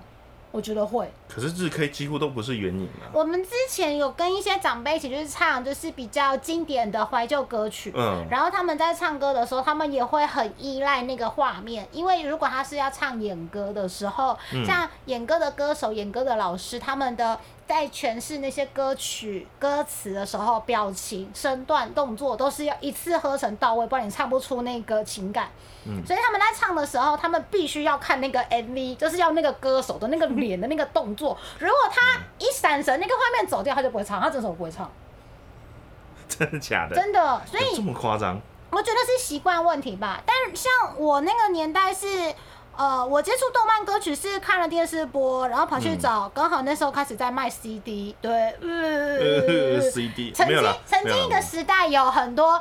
B: 我觉得会。
A: 可是日 K 几乎都不是原影啊，
B: 我们之前有跟一些长辈一起去唱，就是比较经典的怀旧歌曲。
A: 嗯，
B: 然后他们在唱歌的时候，他们也会很依赖那个画面，因为如果他是要唱演歌的时候，
A: 嗯
B: 像演歌的歌手、演歌的老师，他们的在诠释那些歌曲歌词的时候，表情、身段、动作都是要一次合成到位，不然你唱不出那个情感。
A: 嗯
B: 所以他们在唱的时候，他们必须要看那个 MV，就是要那个歌手的那个脸的那个动作。如果他
A: 嗯
B: 一闪神，那个画面走掉，他就不会唱，他整首不会唱，
A: 真的假的？
B: 真的。所以
A: 有这么夸张？
B: 我觉得是习惯问题吧。但像我那个年代是，呃，我接触动漫歌曲是看了电视播，然后跑去找，刚、好那时候开始在卖 CD，对，呃
A: 呃，CD
B: 曾
A: 没有
B: 经
A: 啦，
B: 曾
A: 没有啦
B: 经一
A: 没有
B: 个
A: 啦
B: 时代有很多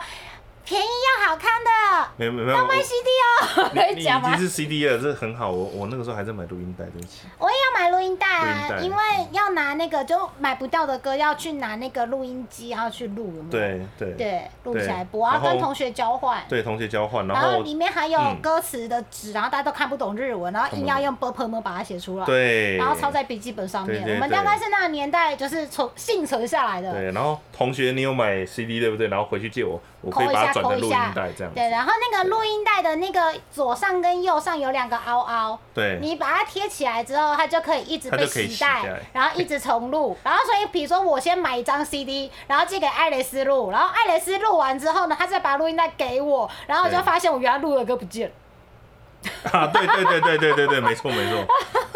B: 便宜又好看的，
A: 没有没有没有，
B: 要
A: 我
B: 卖 CD 哦，
A: 你
B: 可
A: 你
B: 以讲
A: 已
B: 吗
A: 经？是 CD 了，这很好。我我那个时候还在买录音带，对不起。
B: 我也要买录音带啊，
A: 录音带
B: 因为要拿那个就买不到的歌，要去拿那个录音机，然后去录，有没有
A: 对对
B: 哦对，录
A: 对
B: 起来播，然后
A: 然
B: 跟
A: 后
B: 同学交换。
A: 对，同学交换，然
B: 然后
A: 后
B: 里面还有
A: 嗯
B: 歌词的纸，然后大家都看不懂日文，然后硬要用 b p m 把它写出来，
A: 对，
B: 然后抄在笔记本上面。
A: 对对
B: 我们
A: 对
B: 大概是那个年代，就是从幸存下来的。
A: 对，然后同学你有买 CD 对不对？然后回去借我，我可以
B: 抠一
A: 把它
B: 下，
A: 转
B: 抠
A: 成
B: 一
A: 录音
B: 下
A: 带这样。
B: 对，然后那个录音带的那个左上跟右上有两个凹凹，
A: 对
B: 你把它贴起来之后，它就可以一直
A: 它
B: 被
A: 就可以
B: 洗
A: 洗下
B: 带
A: 来，
B: 然后一直重录。然后所以，比如说我先买一张 CD，然后寄给爱蕾丝录，然后爱蕾丝录完之后呢，他再把录音带给我，然后我就
A: 对
B: 发现我原来录的歌不见了。
A: 啊，对对对对对对对，没错没错。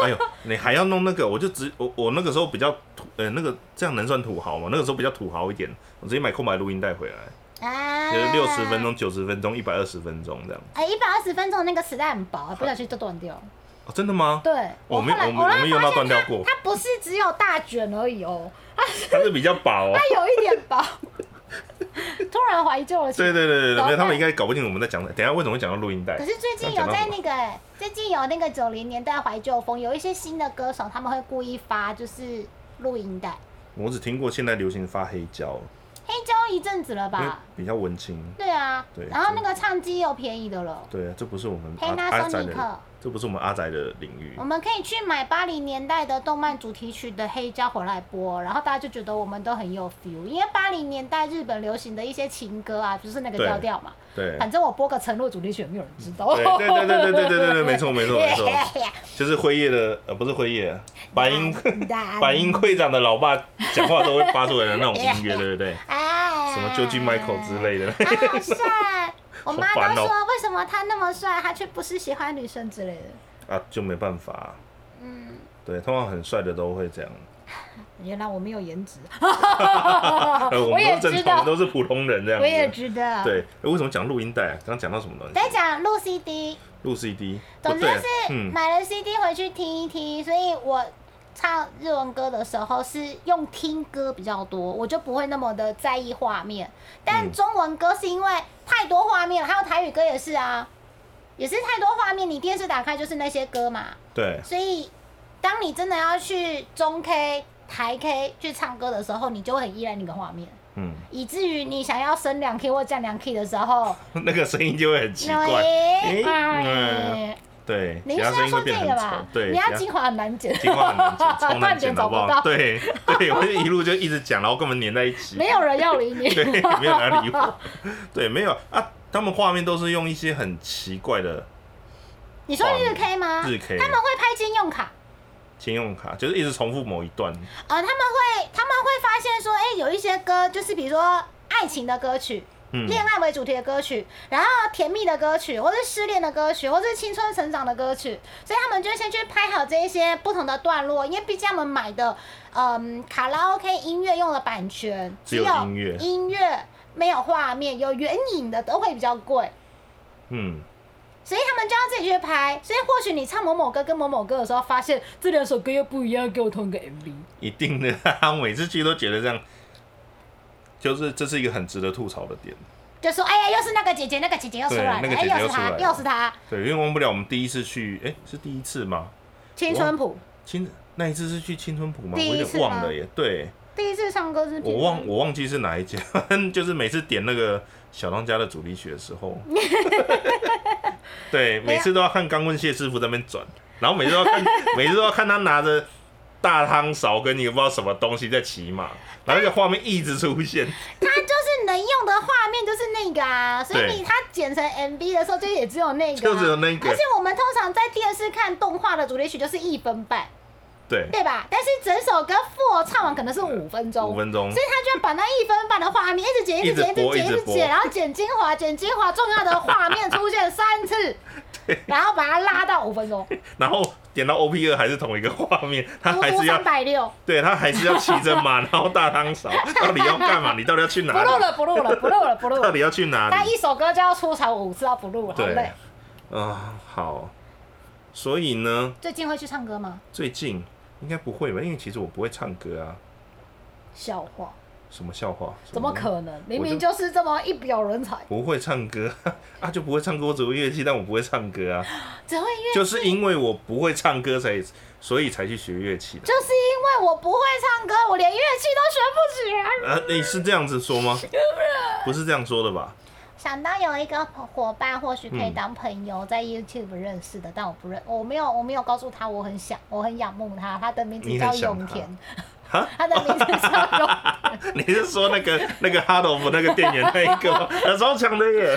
A: 哎呦，你还要弄那个，我就只我我那个时候比较土，呃，那个这样能算土豪吗？那个时候比较土豪一点，我直接买空白录音带回来，
B: 啊，
A: 就是六十分。钟、九十分钟、一百二十分钟这样。
B: 哎，一百二十分钟那个磁带很薄，不小心就断掉了。
A: 哦，真的吗？
B: 对，
A: 我
B: 后
A: 没有
B: 来
A: 我没
B: 后来
A: 我没用到
B: 发
A: 断
B: 现
A: 掉
B: 它
A: 过
B: 它不是只有大卷而已哦，
A: 它是比较薄、哦。
B: 它有一点 薄。突然怀旧了起来
A: 对。对对对，
B: 然
A: 没
B: 后
A: 有，他们应该搞不清楚我们在讲的。等一下为什么会讲到录音带
B: 可？是最近有在那个欸，最近有那个九零年代怀旧风，有一些新的歌手他们会故意发就是录音带，
A: 我只听过现在流行发黑胶，
B: 黑胶一阵子了
A: 因为
B: 吧？
A: 比较文青。
B: 对啊，
A: 对
B: 然后那个唱机又便宜的了，
A: 对啊，这不是我们阿阿仔
B: Panasonic
A: 的，这不是我们阿仔的领域
B: 我。们可以去买八零年代的动漫主题曲的黑胶回来播，然后大家就觉得我们都很有 feel，因为八零年代日本流行的一些情歌啊，就是那个
A: 对
B: 调调嘛。
A: 对，
B: 反正我播个承诺主题曲也没有人知道。
A: 对对对对对对对对对，没错没错没错，就是辉夜的呃不是辉夜，白银白银会长的老爸讲话都会发出来的那种音乐，对不对？
B: 哎，
A: 什么 George Michael 之类的，
B: 好帅！我妈
A: 好
B: 都
A: 烦哦
B: 说为什么他那么帅，他却不是喜欢女生之类的。
A: 啊就没办法。嗯，对，通常很帅的都会这样。
B: 原来我没有颜值，
A: 呃，我们
B: 也
A: 都是
B: 知
A: 正常，我
B: 道
A: 们，都是普通人这样
B: 我也
A: 子。
B: 知道。，
A: 对，呃为什么讲录音带啊？刚刚讲到什么东西？
B: 在讲录 CD，
A: 录 CD，
B: 总
A: 不
B: 之
A: 对，
B: 是
A: 嗯，
B: 买了 CD 回去听一听，所以我。唱日文歌的时候是用听歌比较多，我就不会那么的在意画面。但
A: 嗯
B: 中文歌是因为太多画面了，还有台语歌也是啊，也是太多画面，你电视打开就是那些歌嘛。
A: 对，
B: 所以，当你真的要去中 K、台 K 去唱歌的时候，你就会很依赖那个画面，
A: 嗯，
B: 以至于你想要升两 K 或降两 K 的时候，
A: 那个声音就会很奇怪。
B: 喂
A: 诶嗯，
B: 哎
A: 对，
B: 你
A: 其
B: 是
A: 他声音
B: 要
A: 会
B: 说这
A: 变得
B: 个
A: 很吵
B: 吧。？
A: 对，
B: 你要
A: 其他
B: 精华很难剪，
A: 听话很难 剪，超
B: 断
A: 难
B: 点
A: 剪，
B: 找
A: 好
B: 不
A: 不
B: 到
A: 好？，对对，我就一路就一直讲，然后跟我们粘在一起，
B: 没有人要理你。
A: 对，没有人理我，对，没有啊，他们画面都是用一些很奇怪的
B: 你说日 K 吗？
A: 日 K
B: 他们会拍金用卡。
A: 信用卡，就是一直重复某一段，
B: 呃，他们会他们会发现说，哎、有一些歌就是比如说爱情的歌曲，
A: 嗯
B: 恋、爱为主题的歌曲，然后甜蜜的歌曲，或是失恋的歌曲，或是青春成长的歌曲，所以他们就先去拍好这一些不同的段落，因为毕竟他们买的嗯卡拉 OK 音乐用的版权
A: 只有音乐
B: 音乐没有画面，有原影的都会比较贵。
A: 嗯，
B: 所以他们就要自己去拍，所以或许你唱某某歌跟某某歌的时候，发现这两首歌又不一样，给我同一个 MV。
A: 一定的， 哈哈每次去都觉得这样，就是这是一个很值得吐槽的点，
B: 就说哎呀，又是那个姐姐，那个姐姐又出来了，
A: 对那个
B: 哎，
A: 姐姐
B: 又
A: 又
B: 是
A: 出
B: 她
A: 来，了
B: 又是她，
A: 对，因为忘不了我们第一次去，哎、是第一次吗？
B: 青春谱。
A: 青那一次是去青春浦吗？我
B: 第一
A: 有
B: 次
A: 点忘
B: 吗嗯
A: 了耶，对。
B: 第一次唱歌是
A: 我忘我忘记是哪一家， 就是每次点那个小当家的主题曲的时候，
B: 啊
A: 对，每次都要看钢棍谢师傅在那边转，然后每次都要看， 每次都要看他拿着大汤勺跟一个不知道什么东西在骑马，然后那个画面一直出现，
B: 他就是能用的画面就是那个啊，所以
A: 对
B: 你他剪成 MV 的时候就也只有那个、啊，
A: 就只有那个
B: 而且我们通常在电视看动画的主题曲就是一分半，
A: 对，
B: 对吧？但是整首歌 f 唱完可能是五分钟，
A: 五分钟
B: 所以他就要把那一分半的画面一直 剪，一直剪，
A: 一直播
B: 剪，一
A: 一
B: 直
A: 直播
B: 剪，然后剪精华，剪精华，重要的画面出现三次， 然后把它拉到五分钟，
A: 然后点到 O P 二还是同一个画面，他
B: 足
A: 啊还
B: 足
A: 是要
B: 三百六。
A: 对他还是要骑着马，然后大汤勺，到底要干嘛？你到底要去哪
B: 不录
A: 里？
B: 了，不录 了，不录了，不录
A: 到
B: 了。
A: 底要去哪里
B: 他？一首歌就要出场五次，要不录了，好
A: 对，
B: 累
A: 啊、。好，所以呢，
B: 最近会去唱歌吗？
A: 最近应该不会吧？因为其实我不会唱歌啊。
B: 笑话。
A: 什么笑话？
B: 怎么可能？
A: 嗯
B: 明
A: 我
B: 明
A: 就
B: 就是这么一表人才，
A: 不会唱歌 啊？就不会唱歌，我只会乐器，但我不会唱歌啊。
B: 只会乐，
A: 就是因为我不会唱歌才，所以才去学乐器的。
B: 就是因为我不会唱歌，我连乐器都学不起来。
A: 啊，你是这样子说吗？不是这样说的吧？
B: 想到有一个伙伴，或许可
A: 嗯
B: 以当朋友，在 YouTube 认识的，但我不认，我没有，我没有告诉他我很想，我很仰慕他，他的名字
A: 你
B: 叫
A: 很想
B: 永
A: 他
B: 田，
A: 哈，
B: 他的名字叫 永，
A: 你是说那个那个哈罗姆那个店员那一个 吗？他超强的耶，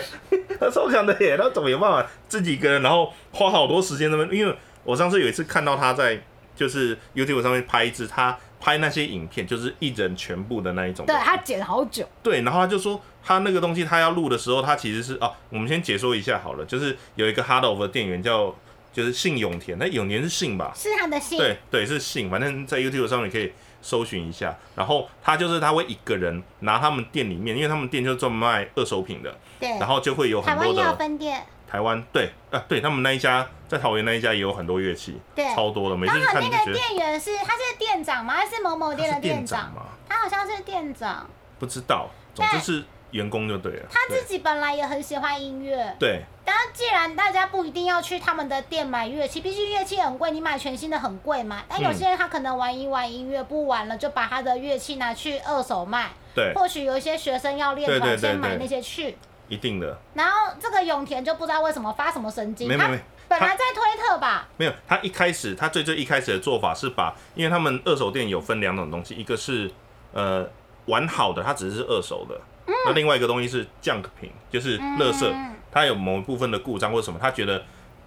A: 他超强的耶，他怎么有办法自己一个人，然后花好多时间那边？因为我上次有一次看到他在就是 YouTube 上面拍一支他拍那些影片，就是一人全部的那一种的
B: 对他剪好久，
A: 对，然后他就说他那个东西他要录的时候，他其实是哦，我们先解说一下好了，就是有一个哈罗姆的店员叫就是姓永田，那永田是姓吧？
B: 是他的姓，
A: 对对，是姓，反正在 YouTube 上面可以搜寻一下。然后他就是他会一个人拿他们店里面，因为他们店就是专门卖二手品的，
B: 对，
A: 然后就会有
B: 台
A: 很
B: 湾
A: 多
B: 也有
A: 的
B: 分店，
A: 台湾对啊，对他们那一家在桃园那一家也有很多乐器，
B: 对
A: 超多的，每次
B: 刚
A: 去
B: 好
A: 看
B: 那
A: 就觉
B: 个
A: 得
B: 店员是他是店长吗？还是某某店
A: 他
B: 的
A: 是店
B: 长？
A: 嘛，
B: 他好像是店长，
A: 不知道，总之
B: 对
A: 是员工就对了。
B: 他
A: 对
B: 自己本来也很喜欢音乐。
A: 对
B: 当然，既然大家不一定要去他们的店买乐器，毕竟乐器很贵，你买全新的很贵嘛。
A: 嗯
B: 但有些人他可能玩一玩音乐不玩了，就把他的乐器拿去二手卖。
A: 对，
B: 或许有一些学生要练
A: 对对
B: 团，
A: 对
B: 先买
A: 对
B: 那些去。
A: 一定的，
B: 然后这个永田就不知道为什么发什么神经，
A: 没没
B: 他
A: 没
B: 本
A: 他
B: 来在推特吧，
A: 没有，他一开始他最最一开始的做法是把，因为他们二手店有分两种东西，一个是呃完好的，它只是二手的，那另外一个东西是 junk 品，就是垃圾，
B: 嗯
A: 它有某一部分的故障或什么，他觉得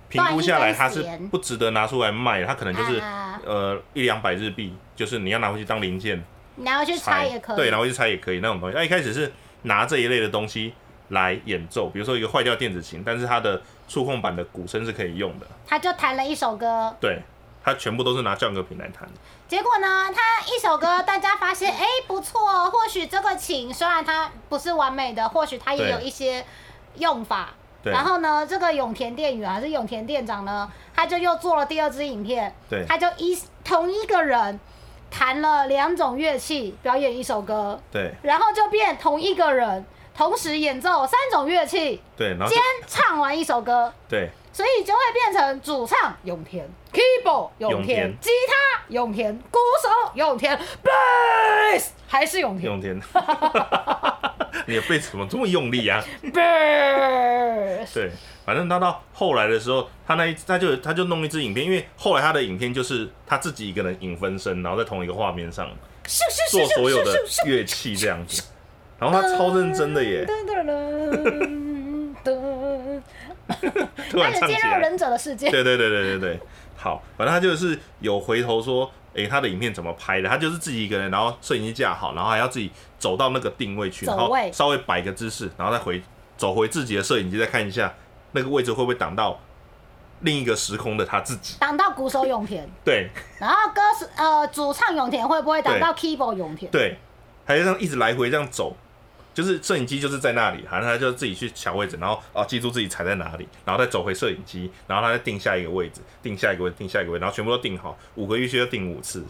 A: 评估下来它是不值得拿出来卖的，它可能就是、
B: 啊
A: 呃一两百日币，就是你要拿回去当零件
B: 然后去拆
A: 拆
B: 也可以。
A: 对，然后去拆也可以那种东西。他一开始是拿这一类的东西来演奏，比如说一个坏掉电子琴，但是它的触控板的鼓声是可以用的。
B: 他就弹了一首歌，
A: 对，他全部都是拿降格品来弹。
B: 结果呢，他一首歌大家发
A: 嗯
B: 现，哎，不错哦，或许这个琴虽然它不是完美的，或许它也
A: 对
B: 有一些用法。
A: 对，
B: 然后呢，这个永田店员还是永田店长呢，他就又做了第二支影片，
A: 对
B: 他就一同一个人弹了两种乐器，表演一首歌，
A: 对
B: 然后就变同一个人同时演奏三种乐器，
A: 对，然后就
B: 兼唱完一首歌，
A: 对
B: 所以就会变成主唱永田、keyboard 永
A: 永田
B: 吉他永田、鼓手永田、bass 还是永田
A: 用天， 你的背怎么这么用力啊？
B: bass。
A: 对，反正他到后来的时候，他那一他就他就弄一支影片，因为后来他的影片就是他自己一个人影分身，然后在同一个画面上
B: 咻咻咻
A: 做
B: 咻
A: 所有
B: 咻
A: 的
B: 咻咻
A: 乐器这样子，然后他超认真的耶，
B: 噔噔 噔噔噔
A: 突
B: 开
A: 然
B: 始
A: 唱起
B: 进入
A: 来。
B: 忍者的世界。
A: 对对对对对对，好，反正他就是有回头说，诶，他的影片怎么拍的？他就是自己一个人，然后摄影机架好，然后还要自己走到那个定位去，
B: 走
A: 然后
B: 位
A: 稍微摆个姿势，然后再回走回自己的摄影机，再看一下那个位置会不会挡到另一个时空的他自己。
B: 挡到鼓手永田，
A: 对
B: 然后歌手呃主唱永田会不会挡到 keyboard 永田？
A: 对，还就这样一直来回这样走。就是摄影机就是在那里，然后他就自己去抢位置，然后哦记住自己踩在哪里，然后再走回摄影机，然后他再定下一个位置，定下一个位置，定下一个位置，然后全部都定好，五个预期要定五次，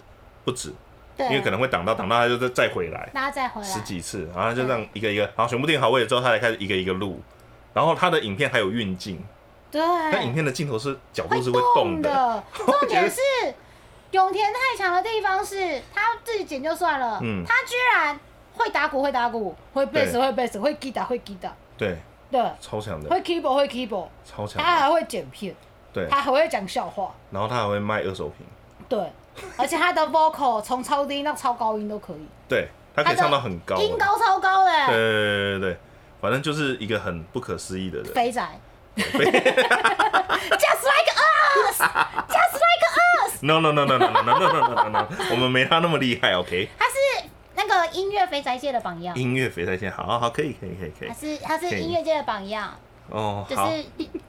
A: 不止，
B: 对，啊
A: 因为可能会挡到，挡到他就再再回来
B: 大家再回来
A: 十。几次，然后他就这样一个一个，然后全部定好位置之后，他才开始一个一个录。然后他的影片还有运镜，
B: 对，
A: 但影片的镜头是角度
B: 会
A: 是会动
B: 动
A: 的，
B: 的。
A: 我觉得
B: 重点是永田太强的地方是，他自己剪就算了，
A: 嗯
B: 他居然会打鼓，会打鼓，会贝斯，
A: 对
B: 会贝斯，会吉他，会吉他，
A: 对，
B: 对，
A: 超强的，
B: 会 keyboard，会 keyboard，
A: 超强
B: 他
A: 的，
B: 还会剪片，
A: 对。
B: 他还会讲笑话，
A: 然后他还会卖二手品，
B: 对，而且他的 vocal 从超低到超高音都可以，
A: 对他可以唱到很高的，
B: 音高超高的、
A: 对对对对对，反正就是一个很不可思议的人。
B: 肥宅。Just like us, just like us。
A: No no no no no no no no no no no，我们没他那么厉害，OK？
B: 他是那个音乐肥宅界的榜样，
A: 音乐肥宅线，好好好，可以可以可以可以
B: 他，啊是他是音乐界的榜样，
A: 哦，
B: 就
A: 好，
B: 是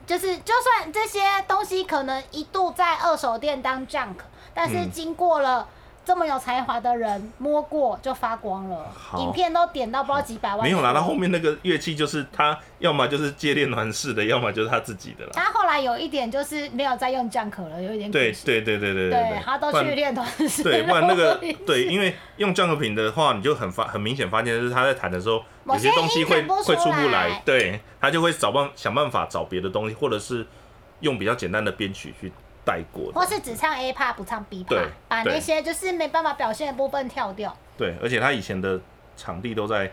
B: 就是就算这些东西可能一度在二手店当 junk，但是
A: 嗯
B: 经过了这么有才华的人摸过就发光了，
A: 好
B: 影片都点到不知道几百万。
A: 没有啦，他后面那个乐器就是他，要么就是戒恋团式的，要么就是他自己的啦。
B: 他后来有一点就是没有再用 junk 了，有一点可
A: 对
B: 惜
A: 对对对对
B: 对，他都
A: 不然
B: 去练团 式
A: 对，
B: 了
A: 不然那 个对，因为用降头瓶的话，你就很发很明显发现，就是他在弹的时候，
B: 某
A: 有
B: 些
A: 些东西
B: 音
A: 会
B: 弹不
A: 会
B: 出
A: 出不
B: 来
A: 来，对他就会找办想办法找别的东西，或者是用比较简单的编曲去带过
B: 或
A: 的。
B: 是只唱 A part 不唱 B part，
A: 对
B: 把那
A: 对
B: 些就是没办法表现的部分跳掉。
A: 对，而且他以前的场地都在他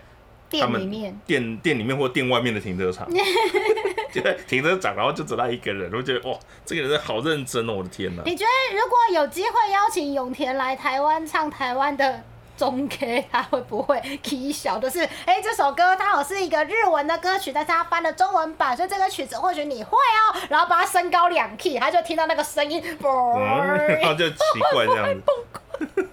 B: 店
A: 们
B: 里面，
A: 店店里面或店外面的停车场， 就在停车场，然后就只他一个人，我就觉得哇，这个人好认真哦，我的天哪！
B: 你觉得如果有机会邀请永田来台湾唱台湾的中 K，他 会不会踢小？就是哎、这首歌它好像是一个日文的歌曲，但是他翻了中文版，所以这个曲子或许你会哦，然后把它升高两 key，他就听到那个声音，
A: 嗯，然后就奇怪这样子，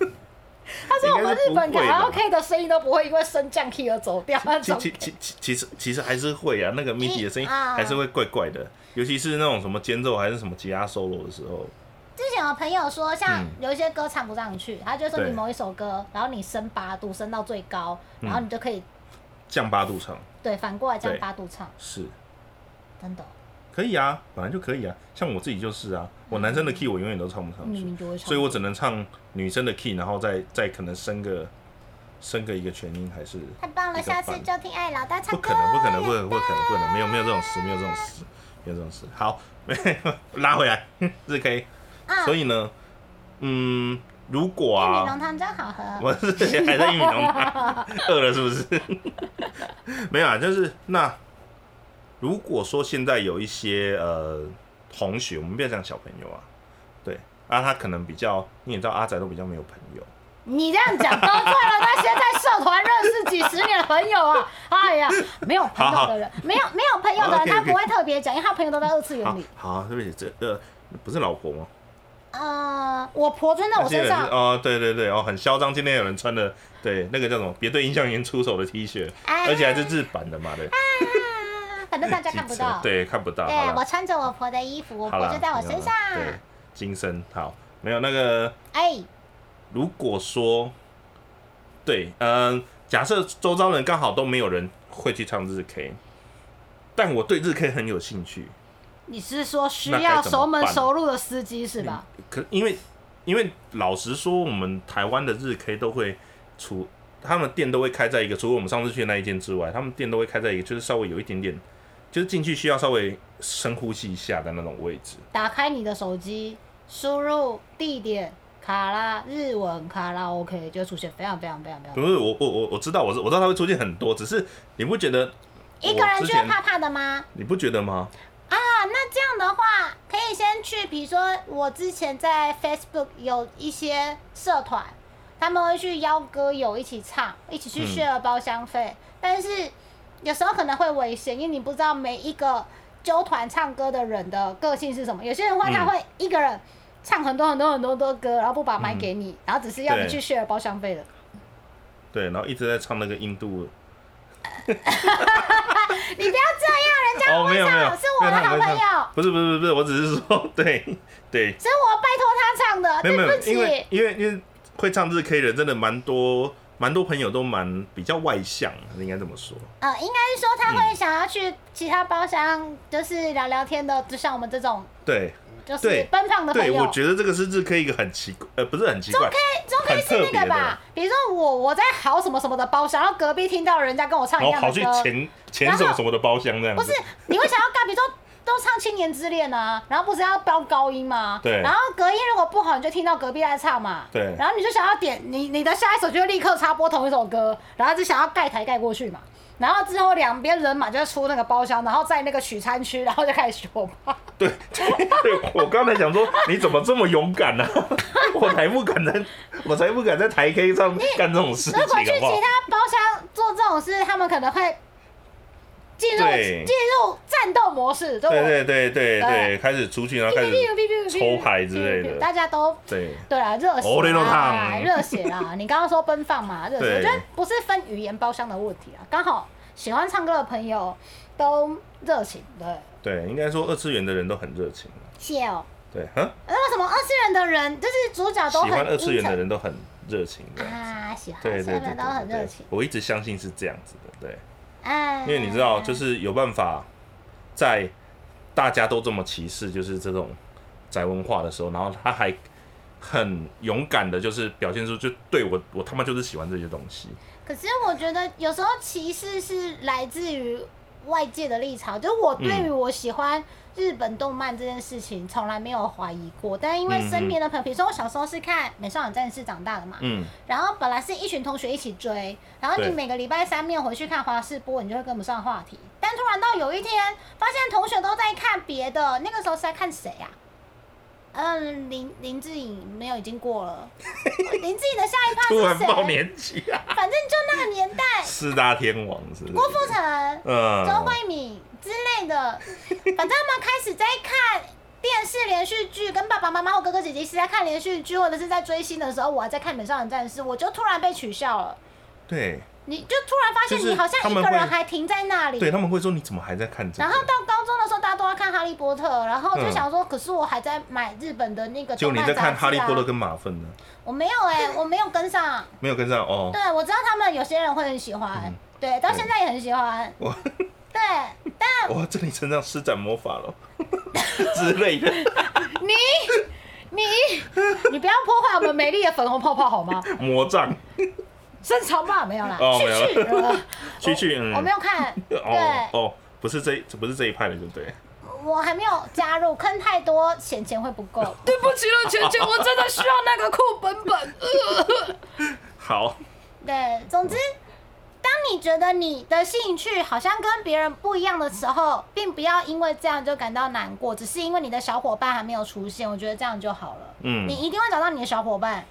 B: 他说我们日本
A: 应该是不会
B: 卡
A: 的
B: 拉
A: 吧
B: OK 的声音都不会因为升降 key 而走掉那
A: 其
B: 种。
A: 其其其其实其实还是会啊，那个 MIDI 的声音
B: 啊
A: 还是会怪怪的，尤其是那种什么间奏还是什么吉他 solo 的时候，
B: 之前有朋友说，像
A: 嗯
B: 有一些歌唱不上去，他就说
A: 对
B: 你某一首歌，然后你升八度，升到最高，然后你就可以、
A: 降八度唱
B: 对反过来这样
A: 对
B: 八度唱，
A: 是
B: 真的，哦
A: 可以啊，本来就可以啊，像我自己就是啊，我男生的 key 我永远都唱不上
B: 明
A: 去，
B: 明就会嗯唱。
A: 所以我只能唱女生的 key，然后再再可能升个升个一个全音还是
B: 太棒了，
A: 一个
B: 下次
A: 半
B: 就听爱老大唱
A: 不
B: 歌。
A: 可能，不可能，不可能，不可能，不可能，没有，没有这种事，没有这种事，没有这种事。好， 拉回来，日 K。
B: 啊，
A: 所以呢，嗯，如果
B: 玉米
A: 啊
B: 浓，汤真好 喝。
A: 我是还在玉米浓汤，饿了是 不是？没有啊，就是那如果说现在有一些呃同学，我们不要讲小朋友啊，对，啊，他可能比较，你也知道阿仔都比较没有朋友，
B: 你这样讲得罪了那些在社团认识几十年的朋友啊！哎呀，没有朋友的人，没有没有朋友的人，
A: 好
B: 他
A: ，OK，OK
B: 不会特别讲，因为他朋友都在二次元
A: 好
B: 里。
A: 啊好，对不起，这呃不是老婆吗？
B: 呃，我婆尊在我
A: 那些
B: 身
A: 人是
B: 上，
A: 哦，对对对，哦，很嚣张。今天有人穿的，对，那个叫什么？别对印象员出手的 T 恤，
B: 哎
A: 而且还是日版的嘛对，
B: 啊反正大家看不到。
A: 哎对，看不到。
B: 对
A: 好
B: 我
A: 了，
B: 穿着我婆的衣服，我
A: 好
B: 婆
A: 了，
B: 就在我身上。啊
A: 没有了对，金身好，没有那个。
B: 哎，
A: 如果说，对，嗯、假设周遭人刚好都没有人会去唱日 K，但我对日 K 很有兴趣。
B: 你是说需
A: 那
B: 要
A: 该怎么
B: 熟门
A: 办
B: 熟路的司机是吧？
A: 可因为因为老实说，我们台湾的日 K 都会除他们店都会开在一个，除了我们上次去的那一间之外，他们店都会开在一个就是稍微有一点点，就是进去需要稍微深呼吸一下的那种位置。
B: 打开你的手机，输入地点卡拉日文卡拉 OK，就会出现非常非常非常非常
A: 不。是我我我我知道我是我知道它会出现很多，只是你不觉得
B: 一个人
A: 我之
B: 去会
A: 前
B: 怕怕的吗？
A: 你不觉得吗？
B: 啊，那这样的话，可以先去，比如说我之前在 Facebook 有一些社团，他们会去邀歌友一起唱，一起去
A: 嗯
B: share 包厢费，但是有时候可能会危险，因为你不知道每一个纠团唱歌的人的个性是什么。有些人会他
A: 嗯
B: 会一个人唱很多很多很多很多歌，然后不把麦给你，然后只是要你去
A: 对
B: share 包厢费的。
A: 对，然后一直在唱那个印度
B: 你不要这样，人家
A: 哦，
B: 会
A: 没有没有
B: 唱，，是我的
A: 没有他
B: 好
A: 不会
B: 朋友
A: 唱，不是不是不是，我只是说 对对，
B: 是我拜托他唱的，
A: 没有没有
B: 对不，
A: 因为
B: 起。
A: 因为因为会唱日 K 的真的蛮多，蛮多朋友都蛮比较外向，应该这么说。
B: 呃，应该是说他
A: 嗯
B: 会想要去其他包厢，就是聊聊天的，就像我们这种
A: 对
B: 哦就是
A: 对
B: 奔放的朋
A: 对，
B: 友。
A: 我觉得这个是日 K 一个很奇怪，呃，不是很奇怪，
B: 中可以是那
A: 很特别
B: 个
A: 的
B: 吧，比如说我我在嚎什么什么的包厢，然后隔壁听到人家跟我唱
A: 然
B: 一
A: 后哦
B: 样
A: 跑
B: 的
A: 去
B: 歌，
A: 前前什么什么的包厢这样
B: 不
A: 子
B: 是。你会想要干，比如说都唱《七年之恋》啊， 然后不是要飙高音吗？
A: 对
B: 然后隔音如果不好，你就听到隔壁在唱嘛。
A: 对
B: 然后你就想要点你你的下一首就会立刻插播同一首歌，然后就想要盖台盖过去嘛。然后之后两边人马就出那个包厢，然后在那个取餐区，然后就开始秀吧。
A: 对 对，我刚才想说你怎么这么勇敢呢、 我才不敢在，我才不敢在台 K 上干这种事情，
B: 如
A: 好
B: 果去其
A: 不好？
B: 他包厢做这种事，他们可能会进入
A: 对
B: 进入战斗模式，就我
A: 对对对对
B: 对
A: 对，开始出去，然后开始抽牌之类的
B: 大家都
A: 对。
B: 对啊，热
A: 哦
B: 血
A: 那种
B: 啦，
A: 烫
B: 热血啦！ 你刚刚说奔放嘛，热血，
A: 对
B: 我觉得不是分语言包厢的问题啊，刚好喜欢唱歌的朋友都热情，对，
A: 对，应该说二次元的人都很热情。
B: 谢哦。
A: 对，哼，
B: 那为什么二次元的人，就是主角都
A: 喜欢
B: 很
A: 二次元
B: 阴
A: 的
B: 沉
A: 人都很热情这样子。
B: 啊，喜欢
A: 对对对
B: seven 都很
A: 对
B: 热
A: 对
B: 情，，
A: 我一直相信是这样子的，对。
B: 哎，
A: 因为你知道，就是有办法在大家都这么歧视，就是这种宅文化的时候，然后他还很勇敢的，就是表现出就对我，我他妈就是喜欢这些东西。
B: 可是我觉得有时候歧视是来自于外界的立场，就是我对
A: 嗯
B: 于我喜欢日本动漫这件事情从来没有怀疑过，但因为身边的朋友，比如说我小时候是看《美少女战士》长大的嘛，
A: 嗯，
B: 然后本来是一群同学一起追，然后你
A: 对
B: 每个礼拜三没有回去看华视播，你就会跟不上话题。但突然到有一天，发现同学都在看别的，那个时候是在看谁啊？嗯，林林志颖没有，已经 过了。林志颖的下一趴
A: 突然
B: 是
A: 爆
B: 谁？
A: 年纪啊！
B: 反正就那个年代，
A: 四大天王是不是？
B: 郭富城、
A: 嗯，
B: 周慧敏之类的，反正他们开始在看电视连续剧，跟爸爸妈妈或哥哥姐姐一起在看连续剧，或者是在追星的时候，我还在看《美少女战士》，我就突然被取笑了。
A: 对
B: 你就突然发现
A: 就是
B: 你好像一
A: 他
B: 个
A: 们
B: 人
A: 会
B: 还停在那里。
A: 对，他们会说你怎么还在看这
B: 然
A: 个
B: 后？到高中的时候，大家都要看《哈利波特》，然后就想说，可是我还在买日本的那个
A: 就嗯
B: 动
A: 你
B: 漫
A: 在看《
B: 杂志
A: 哈
B: 啊
A: 利波特》跟马粪呢，
B: 我没有哎、我没有跟上。
A: 没有跟上 哦。
B: 对，我知道他们有些人会很喜欢
A: 嗯，
B: 对，到
A: 对
B: 现在也很喜欢。
A: 我
B: 对，但
A: 我这里身上施展魔法了之类的，
B: 你你你不要破坏我们美丽的粉红泡泡好吗？
A: 魔杖，
B: 身长吧没有啦，
A: 哦
B: 去
A: 没有
B: 去呃
A: 去去，嗯，
B: 我没有看，对
A: 哦。哦，不是这不是这一派的，对不对？
B: 我还没有加入，坑太多，钱钱会不
A: 哦
B: 够。
C: 对不起了，钱钱，我真的需要那个扣本本。
A: 好，
B: 对，总之，当你觉得你的兴趣好像跟别人不一样的时候，并不要因为这样就感到难过，只是因为你的小伙伴还没有出现，我觉得这样就好了。
A: 嗯
B: 你一定会找到你的小伙伴。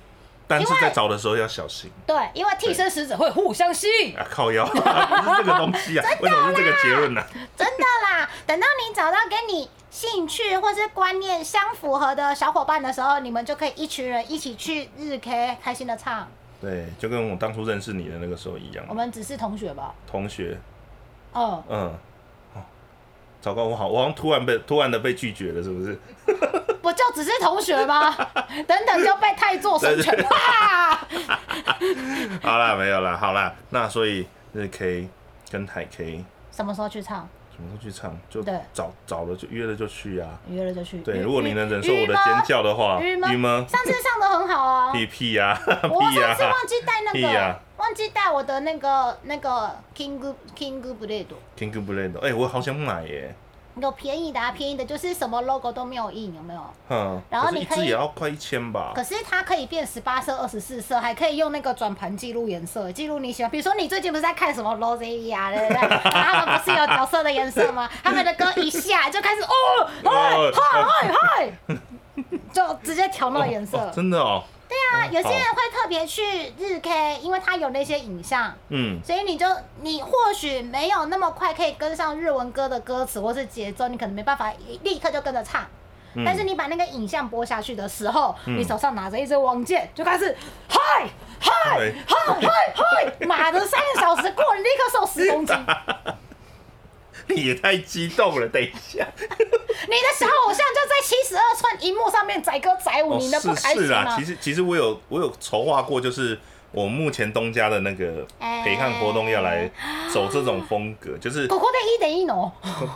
A: 但是
B: 因为
A: 在找的时候要小心
B: 对，因为替身使者会互相吸引，
A: 啊！靠腰，不 是这个东西啊，为什么是这个结论啊呢、
B: 真的啦。等到你找到跟你兴趣或是观念相符合的小伙伴的时候，你们就可以一群人一起去日 K 开心的唱。
A: 对，就跟我当初认识你的那个时候一样
B: 我，们只是同学吧？
A: 同学，
B: 嗯，
A: 嗯，哦，糟糕，我好，我好像突然被突然的被拒绝了，是不是？
B: 不就只是同 学吗？等等就被太座生权哇！
A: 好啦，没有啦，好啦，那所以日 K 跟台 K
B: 什么时候去唱？
A: 什么时候去唱？就
B: 对
A: 找找了就约了就去啊。
B: 约了就去。
A: 对，
B: 约
A: 如果你能忍受
B: 约
A: 我的
B: 吗
A: 尖叫的话，
B: 约吗
A: 鱼吗？
B: 上次上的很好啊，
A: 屁屁呀、
B: 我
A: 屁啊呀、
B: 上次忘记带那
A: 屁啊
B: 个，
A: 呀
B: 忘记带我的那个那个 King King Blade，
A: 天哥不累的，哎、我好想买耶，
B: 有便宜的、啊，便宜的就是什么 logo 都没有印，有没有？
A: 哼，
B: 然后
A: 可是
B: 你
A: 一
B: 可
A: 只
B: 以
A: 也要快一千吧
B: 可，是它可以变十八色、二十四色，还可以用那个转盘记录颜色，记录你喜欢。比如说你最近不是在看什么 Rosie 啊，对不对？他们不是有角色的颜色吗？他们的歌一下就开始哦，嗨
A: 哦
B: 嗨嗨嗨，就直接调那个颜色
A: 哦。真的哦，
B: 对啊，有些
A: 好
B: 人会特别去日 K，因为它有那些影像。
A: 嗯，
B: 所以你就你或许没有那么快可以跟上日文歌的歌词或是节奏，你可能没办法立刻就跟着唱。
A: 嗯
B: 但是你把那个影像播下去的时候，
A: 嗯
B: 你手上拿着一支王剑，就开始嗨嗨
A: 对
B: 嗨嗨嗨，妈的，三个小时过，你立刻瘦十公斤。
A: 你也太激动了，等一下，
B: 你的小偶像就在七十二寸荧幕上面载歌载舞，
A: 哦，
B: 你能不
A: 是
B: 开心
A: 是
B: 吗
A: 啊，？其实其实我有我有筹划过，就是我目前东家的那个
B: 哎
A: 陪看活动要来走这种风格，就是
B: 狗狗的一等一哦，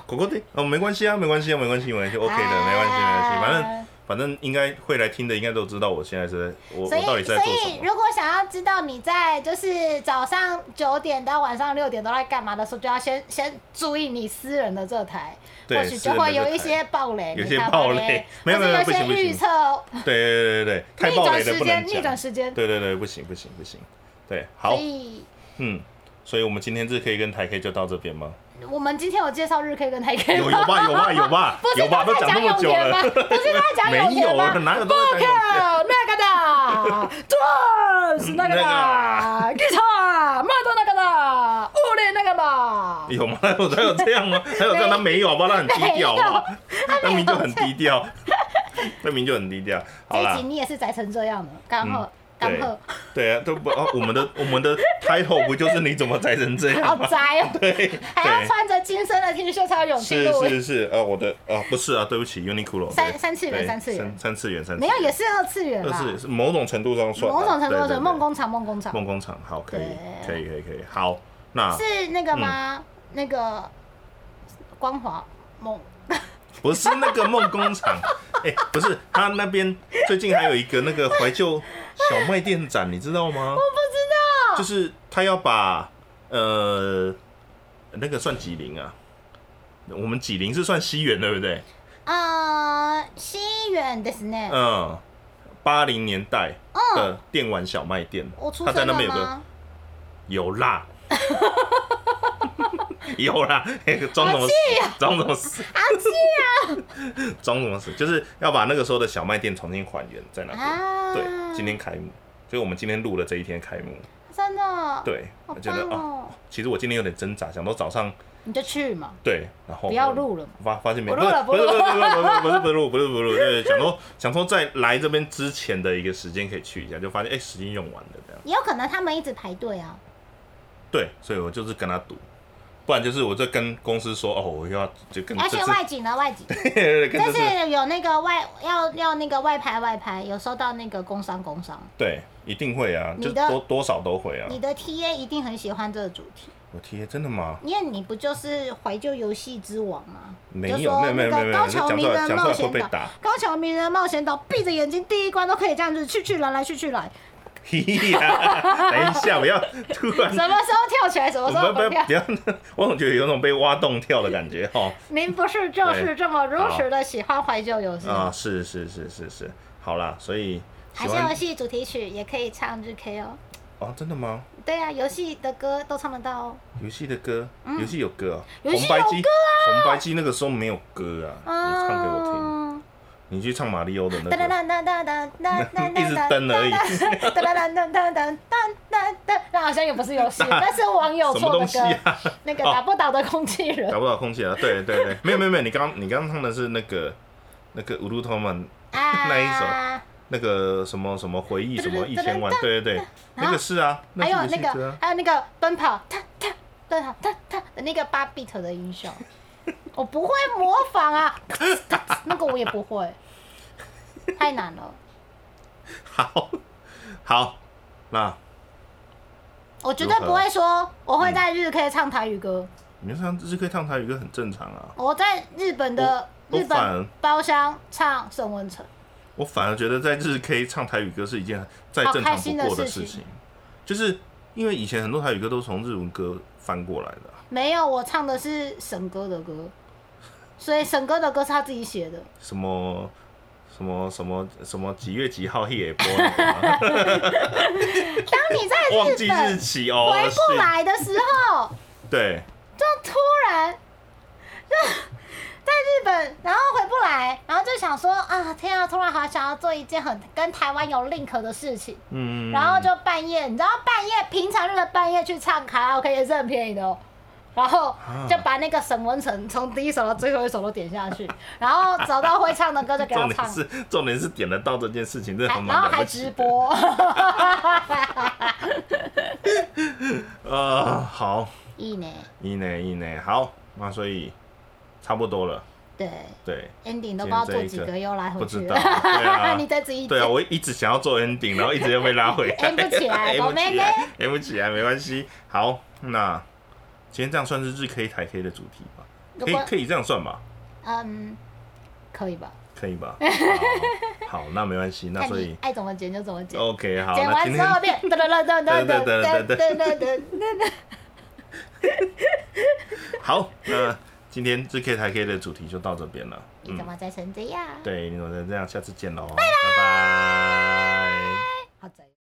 A: 狗狗的哦，没关系啊，没关系啊，没关系，没关系，OK 的，没关系，没关系，反正反正应该会来听的，应该都知道我现在是在我
B: 所
A: 我到底
B: 以，
A: 在
B: 所
A: 做什
B: 以
A: 么。
B: 如果想要知道你在就是早上九点到晚上六点都在干嘛的时候，就要先 先注意你私人的这台，
A: 对
B: 或许就会有一
A: 私人
B: 些暴雷，
A: 有
B: 你
A: 些
B: 看
A: 暴
B: 雷，
A: 雷
B: 或
A: 没有
B: 者
A: 没有
B: 有
A: 不行
B: 些
A: 不行
B: 预测
A: 对对对对对，太
B: 逆
A: 暴
B: 转
A: 雷的
B: 时
A: 不能
B: 间，逆转
A: 讲。
B: 时间，
A: 对对对，不行不行不行，对，好
B: 所，以。
A: 嗯，所以我们今天这可以跟台 K 就到这边 吗？
B: 我们今天有介绍日 K 跟台 K
A: 有有吧有吧有吧
B: 不是
A: 有吧
B: 他
A: 都
B: 在
A: 讲那
B: 讲
A: 么久
B: 言吗？
A: 了
B: 不是他在讲
A: 没
B: 永言
A: 有
B: 吗
A: 啊，？哪有都在讲永言？
C: Book 那个 的，Drums 那个的，Guitar 麦的那个的，物理那个嘛。
A: 有吗？哪有哪有这样 吗？哪有这样？他没有好不好？他很低调好不好？他明明就很低调，他明明就很低调。好
B: 这一
A: 啦
B: 集，你也是宅成这样的，干
A: 嗯
B: 喝干
A: 对
B: 喝，
A: 对啊，都不啊，我们的我们的 title 不就是你怎么宅成这
B: 好
A: 样吗？
B: 宅哦，
A: 对对，
B: 还要穿着金身的 T 恤才有勇气
A: 是
B: 录音。
A: 是是，呃，我的啊不是啊，对不起，Uniqlo 对
B: 三三次元
A: 对
B: 三次元
A: 三三次元三次
B: 没
A: 元
B: 有，也是二次元
A: 二
B: 啦
A: 次，元是某种程度上算吧，
B: 某种程度
A: 对对
B: 的
A: 对
B: 梦工厂，梦工厂
A: 梦工厂，好，可以
B: 对
A: 可以可以可以，好，那
B: 是那个
A: 嗯
B: 吗？那个光华梦
A: 不是那个梦工厂， 哎、不是，他那边最近还有一个那个怀旧小卖店展，你知道吗？
B: 不知道，
A: 就是他要把呃那个算几零啊？我们几零是算西元对不对？
B: 呃，西元ですね。
A: 嗯，八零年代的电玩小卖店，
B: 嗯我出
A: 他在
B: 生
A: 那
B: 了
A: 边有个
B: 吗？啊
A: 有啦。 有啦，那个装什么 装什么死？
B: 啊，是
A: 装什么死？就是要把那个时候的小卖店重新还原在那边。
B: 啊，
A: 对，今天开幕，所以我们今天录了这一天开幕。
B: 真的，，
A: 对，
B: 哦好
A: 我觉得
B: 棒
A: 啊，
B: 哦，
A: 其实我今天有点挣扎，想到早上
B: 你就去嘛，
A: 对，然后
B: 不要录了嘛。
A: 发发现没
B: 不录了
A: 不是不是不是不是不是不是不是不录不是不录，对，想说想说在来这边之前的一个时间可以去一下，就发现哎时间用完了这样。
B: 也有可能他们一直排队啊，
A: 对，所以我就是跟他赌，不然就是我就跟公司说哦，我又要就跟
B: 而
A: 这
B: 且
A: 次
B: 外景的外景，
A: 跟
B: 但
A: 这次
B: 是有那个外要要那个外排外排，有收到那个工商工商，
A: 对一定会啊，就
B: 你的
A: 多多少都会啊
B: 你。的 TA 一定很喜欢这个主题，
A: 我贴真的吗？
B: 因为你不就是怀旧游戏之王吗？
A: 没
B: 就
A: 有，
B: 说
A: 没有没有没
B: 那
A: 有
B: 个
A: 没有，
B: 高
A: 这讲
B: 桥
A: 出
B: 名
A: 来
B: 人
A: 讲出
B: 冒
A: 来会
B: 险
A: 被
B: 岛
A: 打。，
B: 高桥名人冒险岛闭着眼睛第一关都可以这样子去去来来去去来，
A: 屁呀！等一下，不 要突然
B: 什么时候跳起来，什么时候
A: 不
B: 不
A: 要不
B: 跳
A: 要，不要，我总觉得有种被挖洞跳的感觉 哈。
B: 您不是就是这么如此的喜欢怀旧游戏
A: 哎啊，
B: 吗？
A: 是是是是是，好啦，所以
B: 还
A: 喜
B: 是游
A: 欢
B: 戏主题曲也可以唱日 K 哦。
A: 哦，真的吗？
B: 对啊，游戏的歌都唱得到哦。
A: 游戏的歌，游戏有歌哦，
B: 嗯游戏
A: 红白
B: 有啊
A: 机，红白机那个时候没有歌啊，你唱给我听，
B: 嗯
A: 你去唱马里奥的那
B: 哒
A: 个，
B: 哒哒哒哒哒哒哒
A: 一直登而已
B: 哒哒哒哒哒哒哒哒。那好像也不是游戏，
A: 那
B: 那是网友
A: 什么
B: 错
A: 东
B: 的
A: 西
B: 歌。
A: 啊？
B: 那个打不倒的空气人
A: 打不到空气啊？对对对，没有没有没有，你刚刚你刚刚唱的是那个那个乌鲁托曼
B: 啊，
A: 那一那个什么什么回忆什么一千万，对对对，那个是啊，
B: 还有
A: 那是
B: 那
A: 游戏歌
B: 个
A: 啊，
B: 还有那个奔跑，他他奔跑，他他的那个八 bit 的音效，我不会模仿啊，那个我也不会，太难了。
A: 好好，那
B: 我绝对不会说我会在日 K 唱台语歌，
A: 你就唱日 K 唱台语歌很正常啊，
B: 我在日本的
A: 我
B: 日
A: 我反
B: 本包厢唱沈文成，
A: 我反而觉得在日 K 唱台语歌是一件再正常不过事情，就是因为以前很多台语歌都是从日文歌翻过来的啊，
B: 没有我唱的是沈哥的歌，所以沈哥的歌是他自己写的，
A: 什么什么什么什么几月几号 h e 播那个 吗
B: 当你在
A: 忘
B: 日
A: 记
B: 本
A: 日期哦，
B: 回不
A: 是
B: 来的时候。
A: 对，
B: 就突然就在日本，然后回不来，然后就想说啊，天啊，突然好想要做一件很跟台湾有 link 的事情，
A: 嗯，
B: 然后就半夜，你知道半夜平常日的半夜去唱卡拉 OK 也是很便宜的哦。然后就把那个沈文成从第一首到最后一首都点下去，然后找到会唱的歌就给他
A: 重
B: 唱
A: 点，是重点是点得到这件事情，这
B: 还
A: 很
B: 哎然后
A: 蛮了
B: 还
A: 不起
B: 直
A: 的
B: 播，
A: 呃，好，
B: 一年
A: 一呢一呢，好，那所以差不多了，
B: 对
A: 对，
B: ending 都不知道
A: 今
B: 做
A: 天这一
B: 几
A: 个
B: 个又来回
A: 不知
B: 去了
A: 道，对啊
B: 你再自己
A: 对啊，
B: 剪
A: 我一直想要做 ending，然后一直又被拉回来
B: end 不 起来
A: ，end 不
B: 宝贝
A: 起来，end 不起来，没关系。好，那今天这样算是日 K 台 K 的主题吧？
B: 如
A: 可以
B: 果
A: 可以这样算吧？
B: 嗯，可以吧？
A: 可以 吧？好，好那没关系，那
B: 看
A: 所
B: 你
A: 以
B: 爱怎么剪就怎么剪，
A: OK 好，
B: 剪
A: 那
B: 完
A: 今
B: 之
A: 天
B: 后变 噔噔噔噔噔噔噔噔噔噔噔。
A: 好，那今天日 K 台 K 的主题就到这边了。
B: 你
A: 嗯
B: 怎，么宅成这样？
A: 对，你怎么这样？下次见喽，拜拜。
B: 好宅。哦